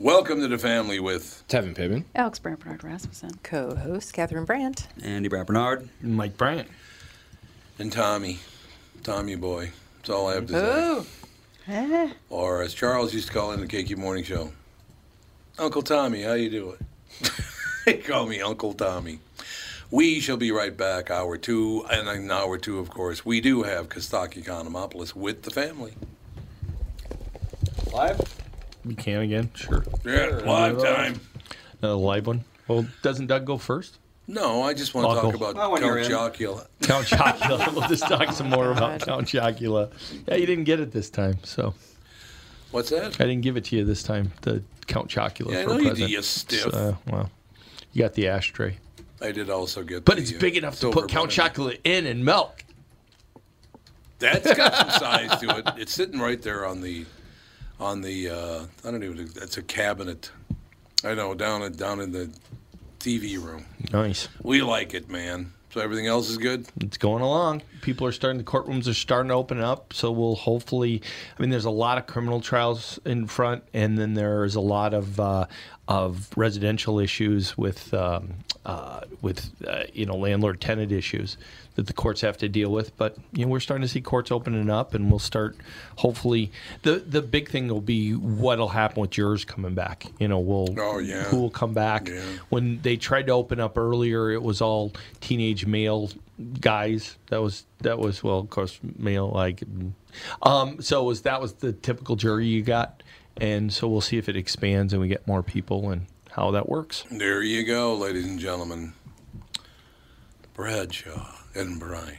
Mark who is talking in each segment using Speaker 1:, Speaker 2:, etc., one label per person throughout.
Speaker 1: Welcome to the family with
Speaker 2: Tevin Pittman,
Speaker 3: Alex Brampernard Rasmussen,
Speaker 4: co-host Catherine Brandt,
Speaker 5: Andy Brampernard,
Speaker 2: Mike Bryant.
Speaker 1: and Tommy, Tommy boy. That's all I have to say. Or as Charles used to call in the KQ Morning Show, Uncle Tommy, how you doing? they call me Uncle Tommy. We shall be right back, hour two, and in hour two, of course, we do have Kostaki Economopoulos with the family.
Speaker 5: live.
Speaker 2: We can again, sure.
Speaker 1: Yeah, live time.
Speaker 2: Another live one. Well, doesn't Doug go first?
Speaker 1: No, I just want to talk
Speaker 2: Uncle.
Speaker 1: about
Speaker 5: Well, when you're
Speaker 1: Count
Speaker 5: in.
Speaker 1: Chocula.
Speaker 2: Count Chocula. we'll just talk some more about Count Chocula. Yeah, you didn't get it this time, so
Speaker 1: What's that?
Speaker 2: I didn't give it to you this time. The Count Chocula.
Speaker 1: Yeah, I
Speaker 2: for
Speaker 1: know
Speaker 2: a
Speaker 1: you
Speaker 2: present.
Speaker 1: did, you stiff.
Speaker 2: So, well, you got the ashtray,
Speaker 1: I did also get.
Speaker 2: but
Speaker 1: the,
Speaker 2: it's
Speaker 1: uh,
Speaker 2: big enough to
Speaker 1: silver
Speaker 2: put Count
Speaker 1: one in.
Speaker 2: Chocula in and milk.
Speaker 1: That's got some size to it. It's sitting right there on the, on the. Uh, I don't even. That's a cabinet. I know down in down in the TV room.
Speaker 2: Nice.
Speaker 1: We like it, man. So everything else is good.
Speaker 2: it's going along. People are starting. The courtrooms are starting to open up. So we'll hopefully. I mean, there's a lot of criminal trials in front, and then there's a lot of uh, of residential issues with um, uh, with uh, you know landlord tenant issues that the courts have to deal with. But you know, we're starting to see courts opening up, and we'll start. Hopefully, the the big thing will be what'll happen with jurors coming back. You know, we'll
Speaker 1: Oh, yeah.
Speaker 2: who will come back
Speaker 1: Yeah.
Speaker 2: when they tried to open up earlier, it was all teenage male guys. That was that was well, of course, male like. Um, so it was that was the typical jury you got, and so we'll see if it expands and we get more people and how that works.
Speaker 1: There you go, ladies and gentlemen. Bradshaw and Bryant.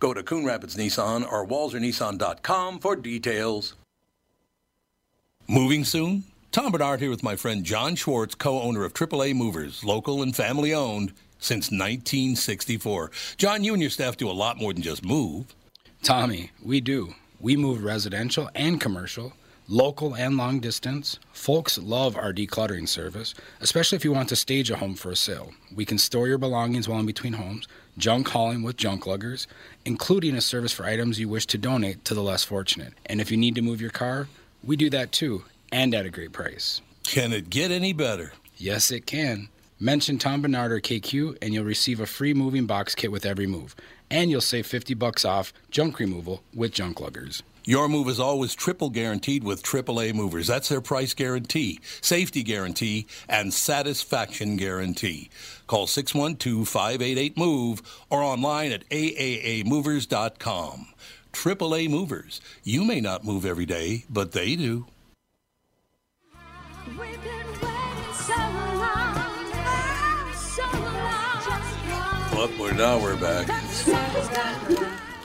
Speaker 1: Go to Coon Rapids Nissan or WalzerNissan.com for details. Moving soon? Tom Bernard here with my friend John Schwartz, co owner of AAA Movers, local and family owned since 1964. John, you and your staff do a lot more than just move.
Speaker 6: Tommy, we do. We move residential and commercial, local and long distance. Folks love our decluttering service, especially if you want to stage a home for a sale. We can store your belongings while in between homes, junk hauling with junk luggers, including a service for items you wish to donate to the less fortunate. And if you need to move your car, we do that too, and at a great price.
Speaker 1: Can it get any better?
Speaker 6: Yes, it can. Mention Tom Bernard or KQ and you'll receive a free moving box kit with every move. And you'll save 50 bucks off junk removal with junk luggers.
Speaker 1: Your move is always triple guaranteed with AAA Movers. That's their price guarantee, safety guarantee, and satisfaction guarantee. Call 612-588-MOVE or online at aaamovers.com. AAA Movers. You may not move every day, but they do.
Speaker 7: We've been waiting so long, so long, just one
Speaker 1: Well, we're, now we're back.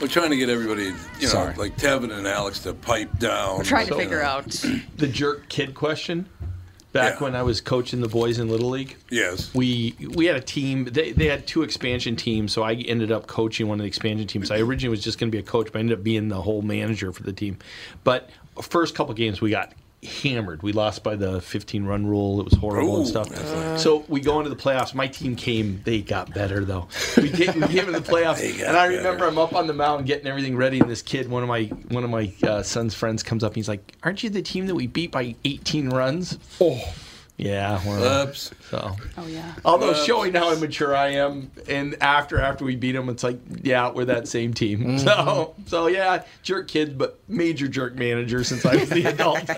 Speaker 1: We're trying to get everybody, you know,
Speaker 6: Sorry.
Speaker 1: like Tevin and Alex to pipe down.
Speaker 3: We're trying to figure out.
Speaker 2: the jerk kid question. Back
Speaker 1: Yeah.
Speaker 2: when I was coaching the boys in Little League,
Speaker 1: Yes.
Speaker 2: we we had a team. They, they had two expansion teams, so I ended up coaching one of the expansion teams. I originally was just going to be a coach, but I ended up being the whole manager for the team. But first couple games, we got hammered. We lost by the 15 run rule. It was horrible and
Speaker 1: Ooh,
Speaker 2: stuff.
Speaker 1: that's nice.
Speaker 2: So we go into the playoffs. My team came. They got better though. We came, we came in the playoffs,
Speaker 1: They got
Speaker 2: and I remember
Speaker 1: better.
Speaker 2: I'm up on the mountain getting everything ready, and this kid, one of my one of my uh, son's friends, comes up. and He's like, "Aren't you the team that we beat by 18 runs?" Oh, yeah. we're-
Speaker 1: Oops.
Speaker 2: So,
Speaker 3: Oh yeah.
Speaker 2: although showing how immature I am, and after after we beat him, it's like, yeah, we're that same team. So, so yeah, jerk kid, but major jerk manager since I was the adult.
Speaker 1: Yeah,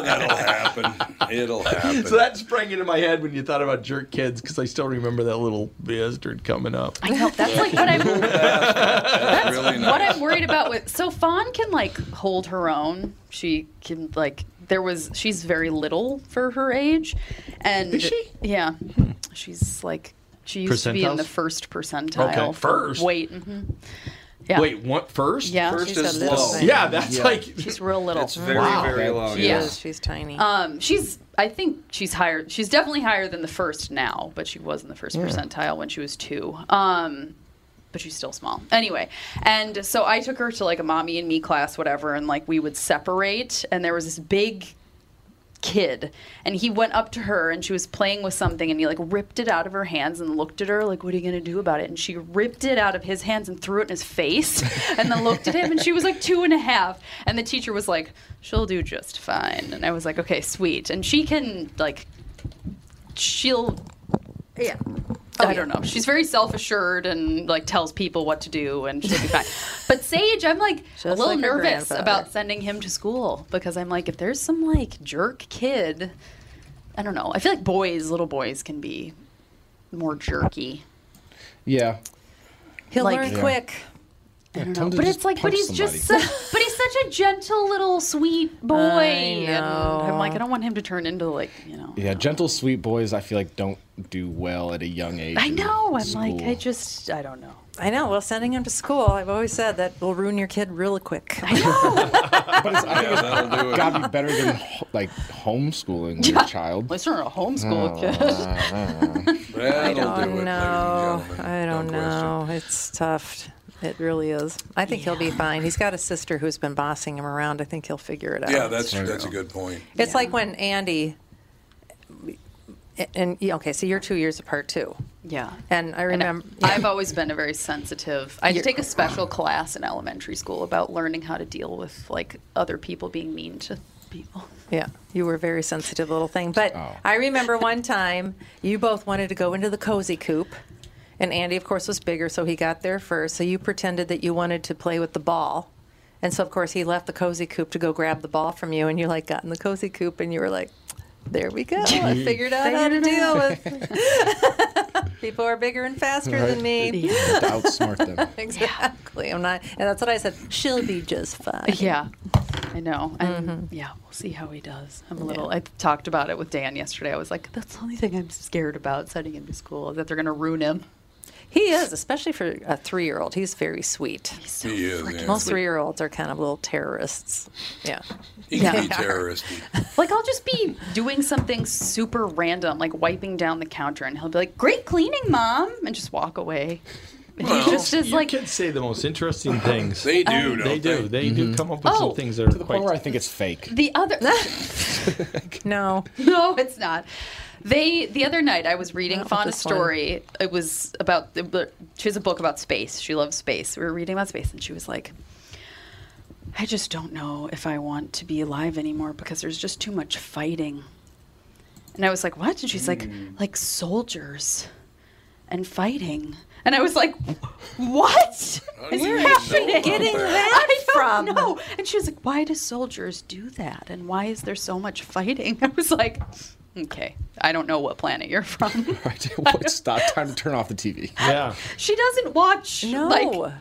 Speaker 1: that'll happen. It'll happen.
Speaker 2: So that sprang into my head when you thought about jerk kids because I still remember that little bastard coming up.
Speaker 3: I know. That's like what I'm
Speaker 1: that's really
Speaker 3: what
Speaker 1: nice.
Speaker 3: I'm worried about with so Fawn can like hold her own. She can like there was she's very little for her age, and
Speaker 2: Is she?
Speaker 3: yeah, she's like she used to be in the
Speaker 2: Hmm. Percentiles?
Speaker 3: first percentile.
Speaker 2: Okay,
Speaker 3: for
Speaker 2: first?
Speaker 3: Weight. hmm Yeah.
Speaker 2: Wait, what first?
Speaker 3: Yeah.
Speaker 2: first
Speaker 4: She's a
Speaker 2: is
Speaker 4: little
Speaker 2: low.
Speaker 4: thing.
Speaker 2: Yeah, that's
Speaker 6: Yeah.
Speaker 2: like
Speaker 3: She's real little.
Speaker 5: It's very,
Speaker 2: Wow.
Speaker 5: very low.
Speaker 4: She
Speaker 3: Yeah.
Speaker 5: Yeah.
Speaker 4: is. She's tiny.
Speaker 3: Um, she's I think she's higher. She's definitely higher than the first now, but she was in the first percentile when she was two. Um, but she's still small anyway. And so I took her to like a mommy and me class, whatever, and like we would separate, and there was this big kid and he went up to her and she was playing with something and he like ripped it out of her hands and looked at her like what are you going to do about it and she ripped it out of his hands and threw it in his face and then looked at him and she was like two and a half and the teacher was like she'll do just fine and i was like okay sweet and she can like she'll yeah I don't know. She's very self-assured and like tells people what to do, and she'll be fine. But Sage, I'm like a
Speaker 4: Just
Speaker 3: little
Speaker 4: like her
Speaker 3: nervous
Speaker 4: grandfather.
Speaker 3: about sending him to school because I'm like, if there's some like jerk kid, I don't know. I feel like boys, little boys, can be more jerky.
Speaker 5: Yeah.
Speaker 4: He'll
Speaker 3: like-
Speaker 4: learn
Speaker 3: Yeah.
Speaker 4: quick.
Speaker 3: I don't
Speaker 5: tell
Speaker 3: know.
Speaker 5: him to
Speaker 3: But
Speaker 5: just
Speaker 3: it's like, but
Speaker 5: punch
Speaker 3: he's just,
Speaker 5: somebody.
Speaker 3: such, but he's such a gentle little sweet boy, and I'm like, I
Speaker 4: know.
Speaker 3: don't want him to turn into like, you know.
Speaker 5: Yeah, gentle, sweet boys. I feel like don't do well at a young age.
Speaker 3: I
Speaker 5: in
Speaker 3: know. I'm like,
Speaker 5: school.
Speaker 3: I just, I don't know.
Speaker 4: I know. Well, sending him to school, I've always said that will ruin your kid real quick.
Speaker 3: I know.
Speaker 5: But it's, I think
Speaker 1: Yeah, that'll do
Speaker 5: it's
Speaker 1: it.
Speaker 5: gotta be better than ho- like homeschooling your child. Oh,
Speaker 3: Unless you're a homeschool kid.
Speaker 1: That'll
Speaker 4: I don't
Speaker 1: do it,
Speaker 4: know.
Speaker 1: ladies and gentlemen.
Speaker 4: I
Speaker 1: No
Speaker 4: don't
Speaker 1: question.
Speaker 4: know. It's tough. It really is. I think he'll be fine. He's got a sister who's been bossing him around. I think he'll figure it out.
Speaker 1: Yeah, that's that's a good point.
Speaker 4: It's like when Andy and, and yeah, okay, so you're two years apart too.
Speaker 3: yeah.
Speaker 4: And I
Speaker 3: And I-
Speaker 4: remember
Speaker 3: I've always been a very sensitive. I had to take a special class in elementary school about learning how to deal with like other people being mean to people.
Speaker 4: Yeah, you were a very sensitive little thing. But I remember one time you both wanted to go into the cozy coop. And Andy, of course, was bigger, so he got there first. So you pretended that you wanted to play with the ball. And so, of course, he left the cozy coop to go grab the ball from you. And you, like, got in the cozy coop and you were like, there we go. I figured out how to deal with people are bigger and faster than me.
Speaker 5: Have to outsmart them.
Speaker 4: Exactly. I'm not, and that's what I said. She'll be just fine.
Speaker 3: Yeah, I know. I'm,
Speaker 4: Mm-hmm.
Speaker 3: Yeah, we'll see how he does. I'm a little. I talked about it with Dan yesterday. I was like, that's the only thing I'm scared about sending him to school is that they're gonna ruin him.
Speaker 4: He is, especially for
Speaker 3: uh,
Speaker 4: a three-year-old. He's very sweet.
Speaker 3: So
Speaker 1: He is, yeah.
Speaker 4: Most three year olds are kind of little terrorists. Yeah.
Speaker 1: He can be terroristy.
Speaker 3: Like I'll just be doing something super random, like wiping down the counter, and he'll be like, "Great cleaning, mom," and just walk away. And he just is
Speaker 2: you
Speaker 3: like,
Speaker 2: kids say the most interesting things.
Speaker 1: They do, don't
Speaker 2: they do. They do come up with
Speaker 3: Oh.
Speaker 2: some things that are
Speaker 5: To the
Speaker 2: quite.
Speaker 5: point where I think it's fake.
Speaker 3: The other
Speaker 4: No.
Speaker 3: No, it's not. They the other night I was reading
Speaker 4: Not with
Speaker 3: Fawn a
Speaker 4: this one.
Speaker 3: story. It was about the- she has a book about space. She loves space. We were reading about space and she was like I just don't know if I want to be alive anymore because there's just too much fighting. And I was like, "What?" And she's like,
Speaker 4: Hmm.
Speaker 3: "Like soldiers and fighting." And I was like, "What
Speaker 1: How do
Speaker 3: is
Speaker 1: you even know
Speaker 3: happening?"
Speaker 1: about Getting that?
Speaker 3: I don't
Speaker 4: from?
Speaker 3: know. And she was like, Why do soldiers do that? And why is there so much fighting? I was like, Okay, I don't know what planet you're from.
Speaker 5: Right? What's that time to turn off the TV?
Speaker 2: Yeah.
Speaker 3: she doesn't watch.
Speaker 4: No.
Speaker 3: Like,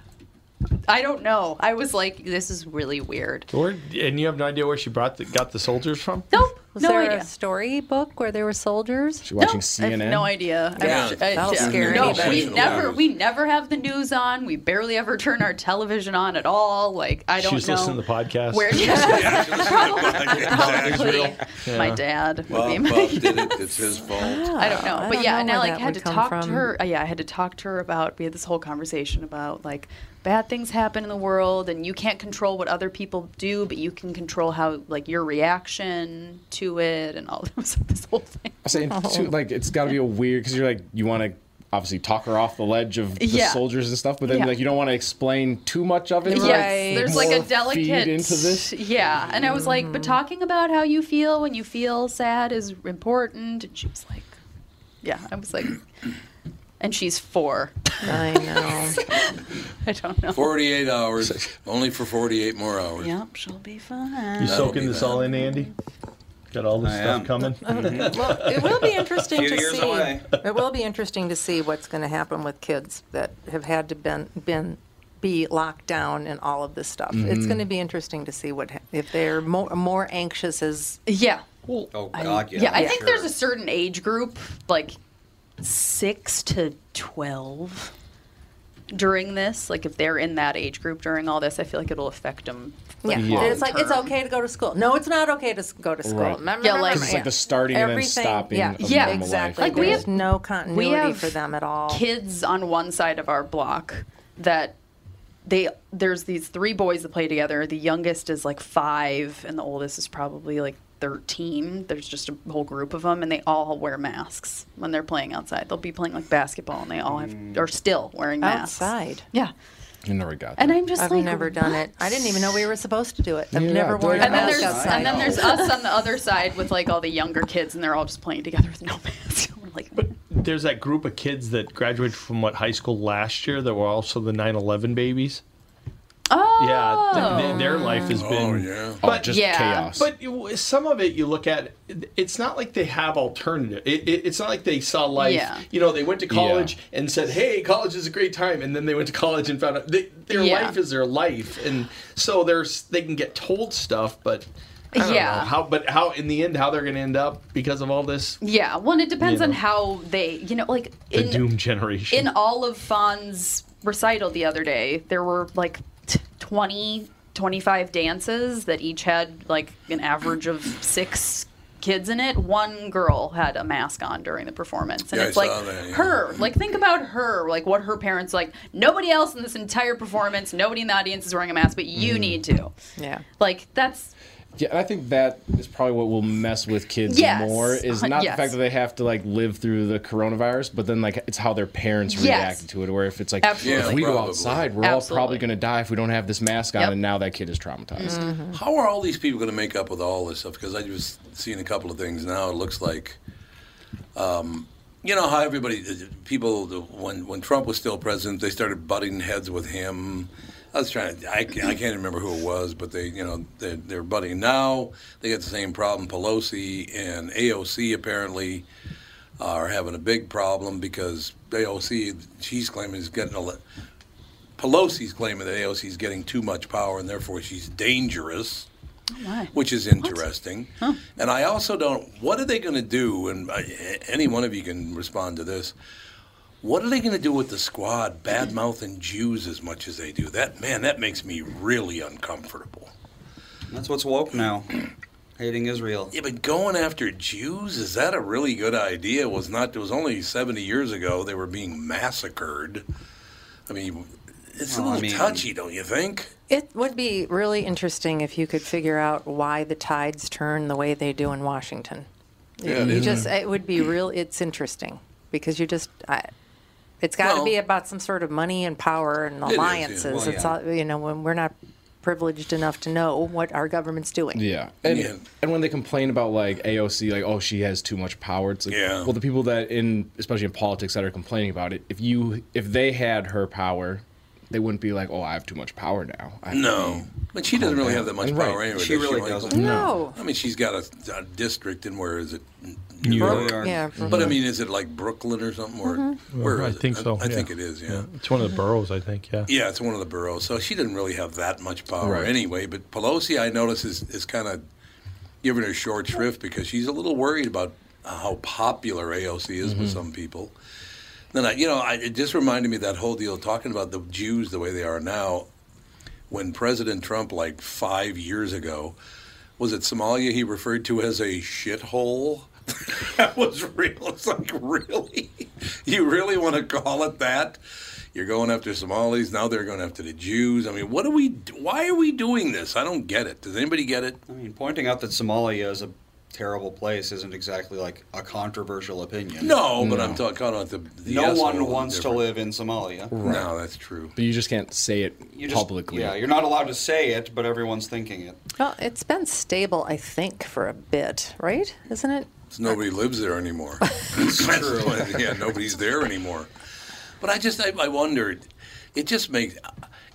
Speaker 3: I don't know. I was like, This is really weird.
Speaker 2: Or, and you have no idea where she brought the, got the soldiers from?
Speaker 3: Nope.
Speaker 4: Was
Speaker 3: No
Speaker 4: there
Speaker 3: idea.
Speaker 4: a storybook where there were soldiers?
Speaker 5: She watching
Speaker 3: I have
Speaker 5: CNN.
Speaker 3: no idea. I
Speaker 1: Yeah.
Speaker 3: wish- I-
Speaker 4: That'll
Speaker 3: yeah.
Speaker 4: scare
Speaker 3: no,
Speaker 4: anybody.
Speaker 3: we never we never have the news on. We barely ever turn our television on at all. Like I don't
Speaker 2: She's
Speaker 3: know.
Speaker 2: listening to the podcast.
Speaker 3: Where probably my dad would be
Speaker 1: Bob,
Speaker 3: my.
Speaker 1: Bob did it. It's his fault.
Speaker 3: I don't know,
Speaker 4: Ah, I
Speaker 3: but
Speaker 4: don't
Speaker 3: yeah,
Speaker 4: know
Speaker 3: and I
Speaker 4: where
Speaker 3: like
Speaker 4: that
Speaker 3: had
Speaker 4: would
Speaker 3: to
Speaker 4: come
Speaker 3: talk to
Speaker 4: from.
Speaker 3: her. uh, Yeah, I had to talk to her about. We had this whole conversation about like bad things happen in the world, and you can't control what other people do, but you can control how like your reaction to it, and all this, this whole thing.
Speaker 5: I say,
Speaker 4: Oh
Speaker 5: and too, like it's got to be a weird because you're like you want to obviously talk her off the ledge of the
Speaker 3: Yeah.
Speaker 5: soldiers and stuff, but then
Speaker 3: Yeah.
Speaker 5: like you don't want to explain too much of it.
Speaker 3: Yes,
Speaker 5: to, like,
Speaker 4: Right.
Speaker 3: there's
Speaker 5: more
Speaker 3: like a
Speaker 5: feed
Speaker 3: delicate
Speaker 5: into this. Mm.
Speaker 3: Yeah, and I was like, but talking about how you feel when you feel sad is important. And she was like, yeah, I was like, and she's four.
Speaker 4: I know.
Speaker 3: I don't know.
Speaker 1: 48 hours, only for 48 more hours.
Speaker 3: Yep, she'll be fine.
Speaker 2: You
Speaker 1: That'll
Speaker 2: soaking
Speaker 1: be
Speaker 2: this
Speaker 1: bad.
Speaker 2: all in, Andy? Got all this
Speaker 6: I
Speaker 2: stuff
Speaker 6: am.
Speaker 2: coming.
Speaker 4: well, it will be interesting
Speaker 6: Few
Speaker 4: to
Speaker 6: years
Speaker 4: see.
Speaker 6: away.
Speaker 4: It will be interesting to see what's going to happen with kids that have had to been been be locked down and all of this stuff. It's
Speaker 1: Mm-hmm.
Speaker 4: going to be interesting to see what ha- if they're more more anxious as
Speaker 3: Yeah.
Speaker 6: Oh
Speaker 3: I-
Speaker 6: God, yeah.
Speaker 3: I think there's a certain age group, like six to twelve, during this. Like if they're in that age group during all this, I feel like it'll affect them.
Speaker 4: Yeah,
Speaker 5: Yeah.
Speaker 4: it's like it's
Speaker 3: long-term.
Speaker 4: okay to go to school. No, it's not okay to s- go to school.
Speaker 5: Right.
Speaker 4: Remember,
Speaker 3: Yeah,
Speaker 4: remember,
Speaker 3: like- 'Cause
Speaker 5: it's like the starting and then
Speaker 4: Everything,
Speaker 5: stopping
Speaker 4: Yeah,
Speaker 5: of
Speaker 3: Yeah.
Speaker 5: normal life.
Speaker 4: exactly.
Speaker 3: Like, we
Speaker 4: There's
Speaker 3: have-
Speaker 4: no continuity
Speaker 3: we have
Speaker 4: for them at all.
Speaker 3: kids on one side of our block that they there's these three boys that play together. The youngest is like five, and the oldest is probably like thirteen. There's just a whole group of them, and they all wear masks when they're playing outside. They'll be playing like basketball, and they all have
Speaker 5: Mm.
Speaker 3: are still wearing masks
Speaker 4: Outside?
Speaker 3: Yeah,
Speaker 5: You never got that.
Speaker 3: and I'm just
Speaker 4: I've
Speaker 3: like
Speaker 4: never done it. I didn't even know we were supposed to do it. I've
Speaker 5: Yeah,
Speaker 4: never
Speaker 5: they're
Speaker 4: worn a
Speaker 5: like
Speaker 3: And then
Speaker 4: mask
Speaker 3: there's
Speaker 4: outside.
Speaker 3: and then there's us on the other side with like all the younger kids, and they're all just playing together with no masks. We're like,
Speaker 2: There's that group of kids that graduated from what high school last year that were also the 9/11 babies.
Speaker 3: oh,
Speaker 2: Yeah, th- th- their life has
Speaker 1: Oh,
Speaker 2: been.
Speaker 1: yeah.
Speaker 5: but just
Speaker 3: yeah.
Speaker 5: chaos.
Speaker 2: But you- some of it you look at, it's not like they have alternative. It, it, it's not like they saw life.
Speaker 3: Yeah.
Speaker 2: You know, they went to college and said, "Hey, college is a great time," and then they went to college and found out they, their
Speaker 3: Yeah.
Speaker 2: life is their life, and so there's they can get told stuff, but I don't
Speaker 3: Yeah.
Speaker 2: know how. But how in the end, how they're going to end up because of all this
Speaker 3: Yeah, well, and it depends
Speaker 2: You
Speaker 3: on
Speaker 2: know.
Speaker 3: how they, you know, like
Speaker 2: the
Speaker 3: in
Speaker 2: doom generation.
Speaker 3: in all of Fawn's recital the other day, there were like t- 20, 25 dances that each had like an average of six kids in it. One girl had a mask on during the performance, and
Speaker 1: Yeah, I
Speaker 3: it's like
Speaker 1: saw that, yeah.
Speaker 3: her. Like think about her, like what her parents like. Nobody else in this entire performance, nobody in the audience is wearing a mask, but you
Speaker 2: Mm.
Speaker 3: need to.
Speaker 4: Yeah.
Speaker 3: Like that's
Speaker 5: Yeah, and I think that is probably what will mess with kids
Speaker 3: Yes.
Speaker 5: more is
Speaker 3: Uh,
Speaker 5: not
Speaker 3: yes.
Speaker 5: the fact that they have to like live through the coronavirus, but then like it's how their parents
Speaker 3: Yes.
Speaker 5: reacted to it. Or if it's like
Speaker 3: Absolutely.
Speaker 5: if we go
Speaker 1: Probably.
Speaker 5: outside, we're all
Speaker 3: Absolutely.
Speaker 5: probably going to die if we don't have this mask on,
Speaker 3: Yep.
Speaker 5: and now that kid is traumatized.
Speaker 1: How are all these people going to make up with all this stuff? Because I just seen a couple of things now. It looks like, um, you know how everybody, people, when when Trump was still president, they started butting heads with him. I was trying to, I, ca- I can't remember who it was, but they, you know, they're, they're butting now. They got the same problem. Pelosi and AOC apparently are having a big problem because AOC, she's claiming is getting a. li- Pelosi's claiming that AOC is getting too much power and therefore she's dangerous
Speaker 3: why.
Speaker 1: which is interesting. And I also don't. What are they going to do? And uh, any one of you can respond to this. What are they going to do with the squad bad mouthing Jews as much as they do? That man, that makes me really uncomfortable.
Speaker 7: That's what's woke now. Hating Israel.
Speaker 1: Yeah, but going after Jews is that a really good idea? It was not. It was only seventy years ago they were being massacred. I mean, it's
Speaker 7: Well,
Speaker 1: a
Speaker 7: I
Speaker 1: little
Speaker 7: mean-
Speaker 1: touchy, don't you think?
Speaker 4: It would be really interesting if you could figure out why the tides turn the way they do in Washington.
Speaker 1: Yeah,
Speaker 4: you just it would be real. It's interesting because you just I, it's got to
Speaker 1: Well-
Speaker 4: be about some sort of money and power and
Speaker 1: yeah.
Speaker 4: alliances.
Speaker 7: Well,
Speaker 4: it's
Speaker 7: yeah.
Speaker 4: all you know when we're not privileged enough to know what our government's doing.
Speaker 5: Yeah. And,
Speaker 1: Yeah.
Speaker 5: and when they complain about like AOC, like, oh, she has too much power, it's like,
Speaker 1: Yeah.
Speaker 5: well, the people that in, especially in politics that are complaining about it, if you, if they had her power, they wouldn't be like, oh, I have too much power now. I have to
Speaker 1: No, but she doesn't really have that much
Speaker 5: Right.
Speaker 1: power anyway.
Speaker 7: She
Speaker 1: does
Speaker 7: really
Speaker 1: Michael?
Speaker 7: doesn't.
Speaker 4: No.
Speaker 1: I mean, she's got a, a district in where is it?
Speaker 2: New
Speaker 7: York. York.
Speaker 4: Yeah,
Speaker 1: But I mean, is it like Brooklyn or something? Or
Speaker 7: Mm-hmm.
Speaker 1: where
Speaker 2: I
Speaker 1: is it?
Speaker 2: think so,
Speaker 1: Uh-huh. I,
Speaker 2: yeah.
Speaker 1: think it is. Yeah. yeah.
Speaker 2: It's one of the boroughs, I think. Yeah.
Speaker 1: it's one of the boroughs. So she didn't really have that much power
Speaker 5: Right.
Speaker 1: anyway. But Pelosi, I notice, is, is kind of giving her short shrift because she's a little worried about uh, how popular AOC is with some people. Then I, you know, I, it just reminded me of that whole deal talking about the Jews the way they are now. When President Trump, like five years ago, was it Somalia he referred to as a shithole? that was real. It's like, really? You really want to call it that? You're going after Somalis. Now they're going after the Jews. I mean, what are we? Why are we doing this? I don't get it. Does anybody get it?
Speaker 7: I mean, pointing out that Somalia is a terrible place isn't exactly like a controversial opinion.
Speaker 1: No, but I'm talking about the. the
Speaker 7: no
Speaker 1: asshole
Speaker 7: one
Speaker 1: of the
Speaker 7: wants to
Speaker 1: different-
Speaker 7: live in Somalia.
Speaker 1: No, that's true.
Speaker 5: But you just can't say it
Speaker 7: You just-
Speaker 5: publicly.
Speaker 7: Yeah, you're not allowed to say it, but everyone's thinking it.
Speaker 4: Well, it's been stable, I think, for a bit, right? Isn't it?
Speaker 1: So nobody lives there anymore. That's true. yeah, nobody's there anymore. But I just, I, I wondered, it just makes,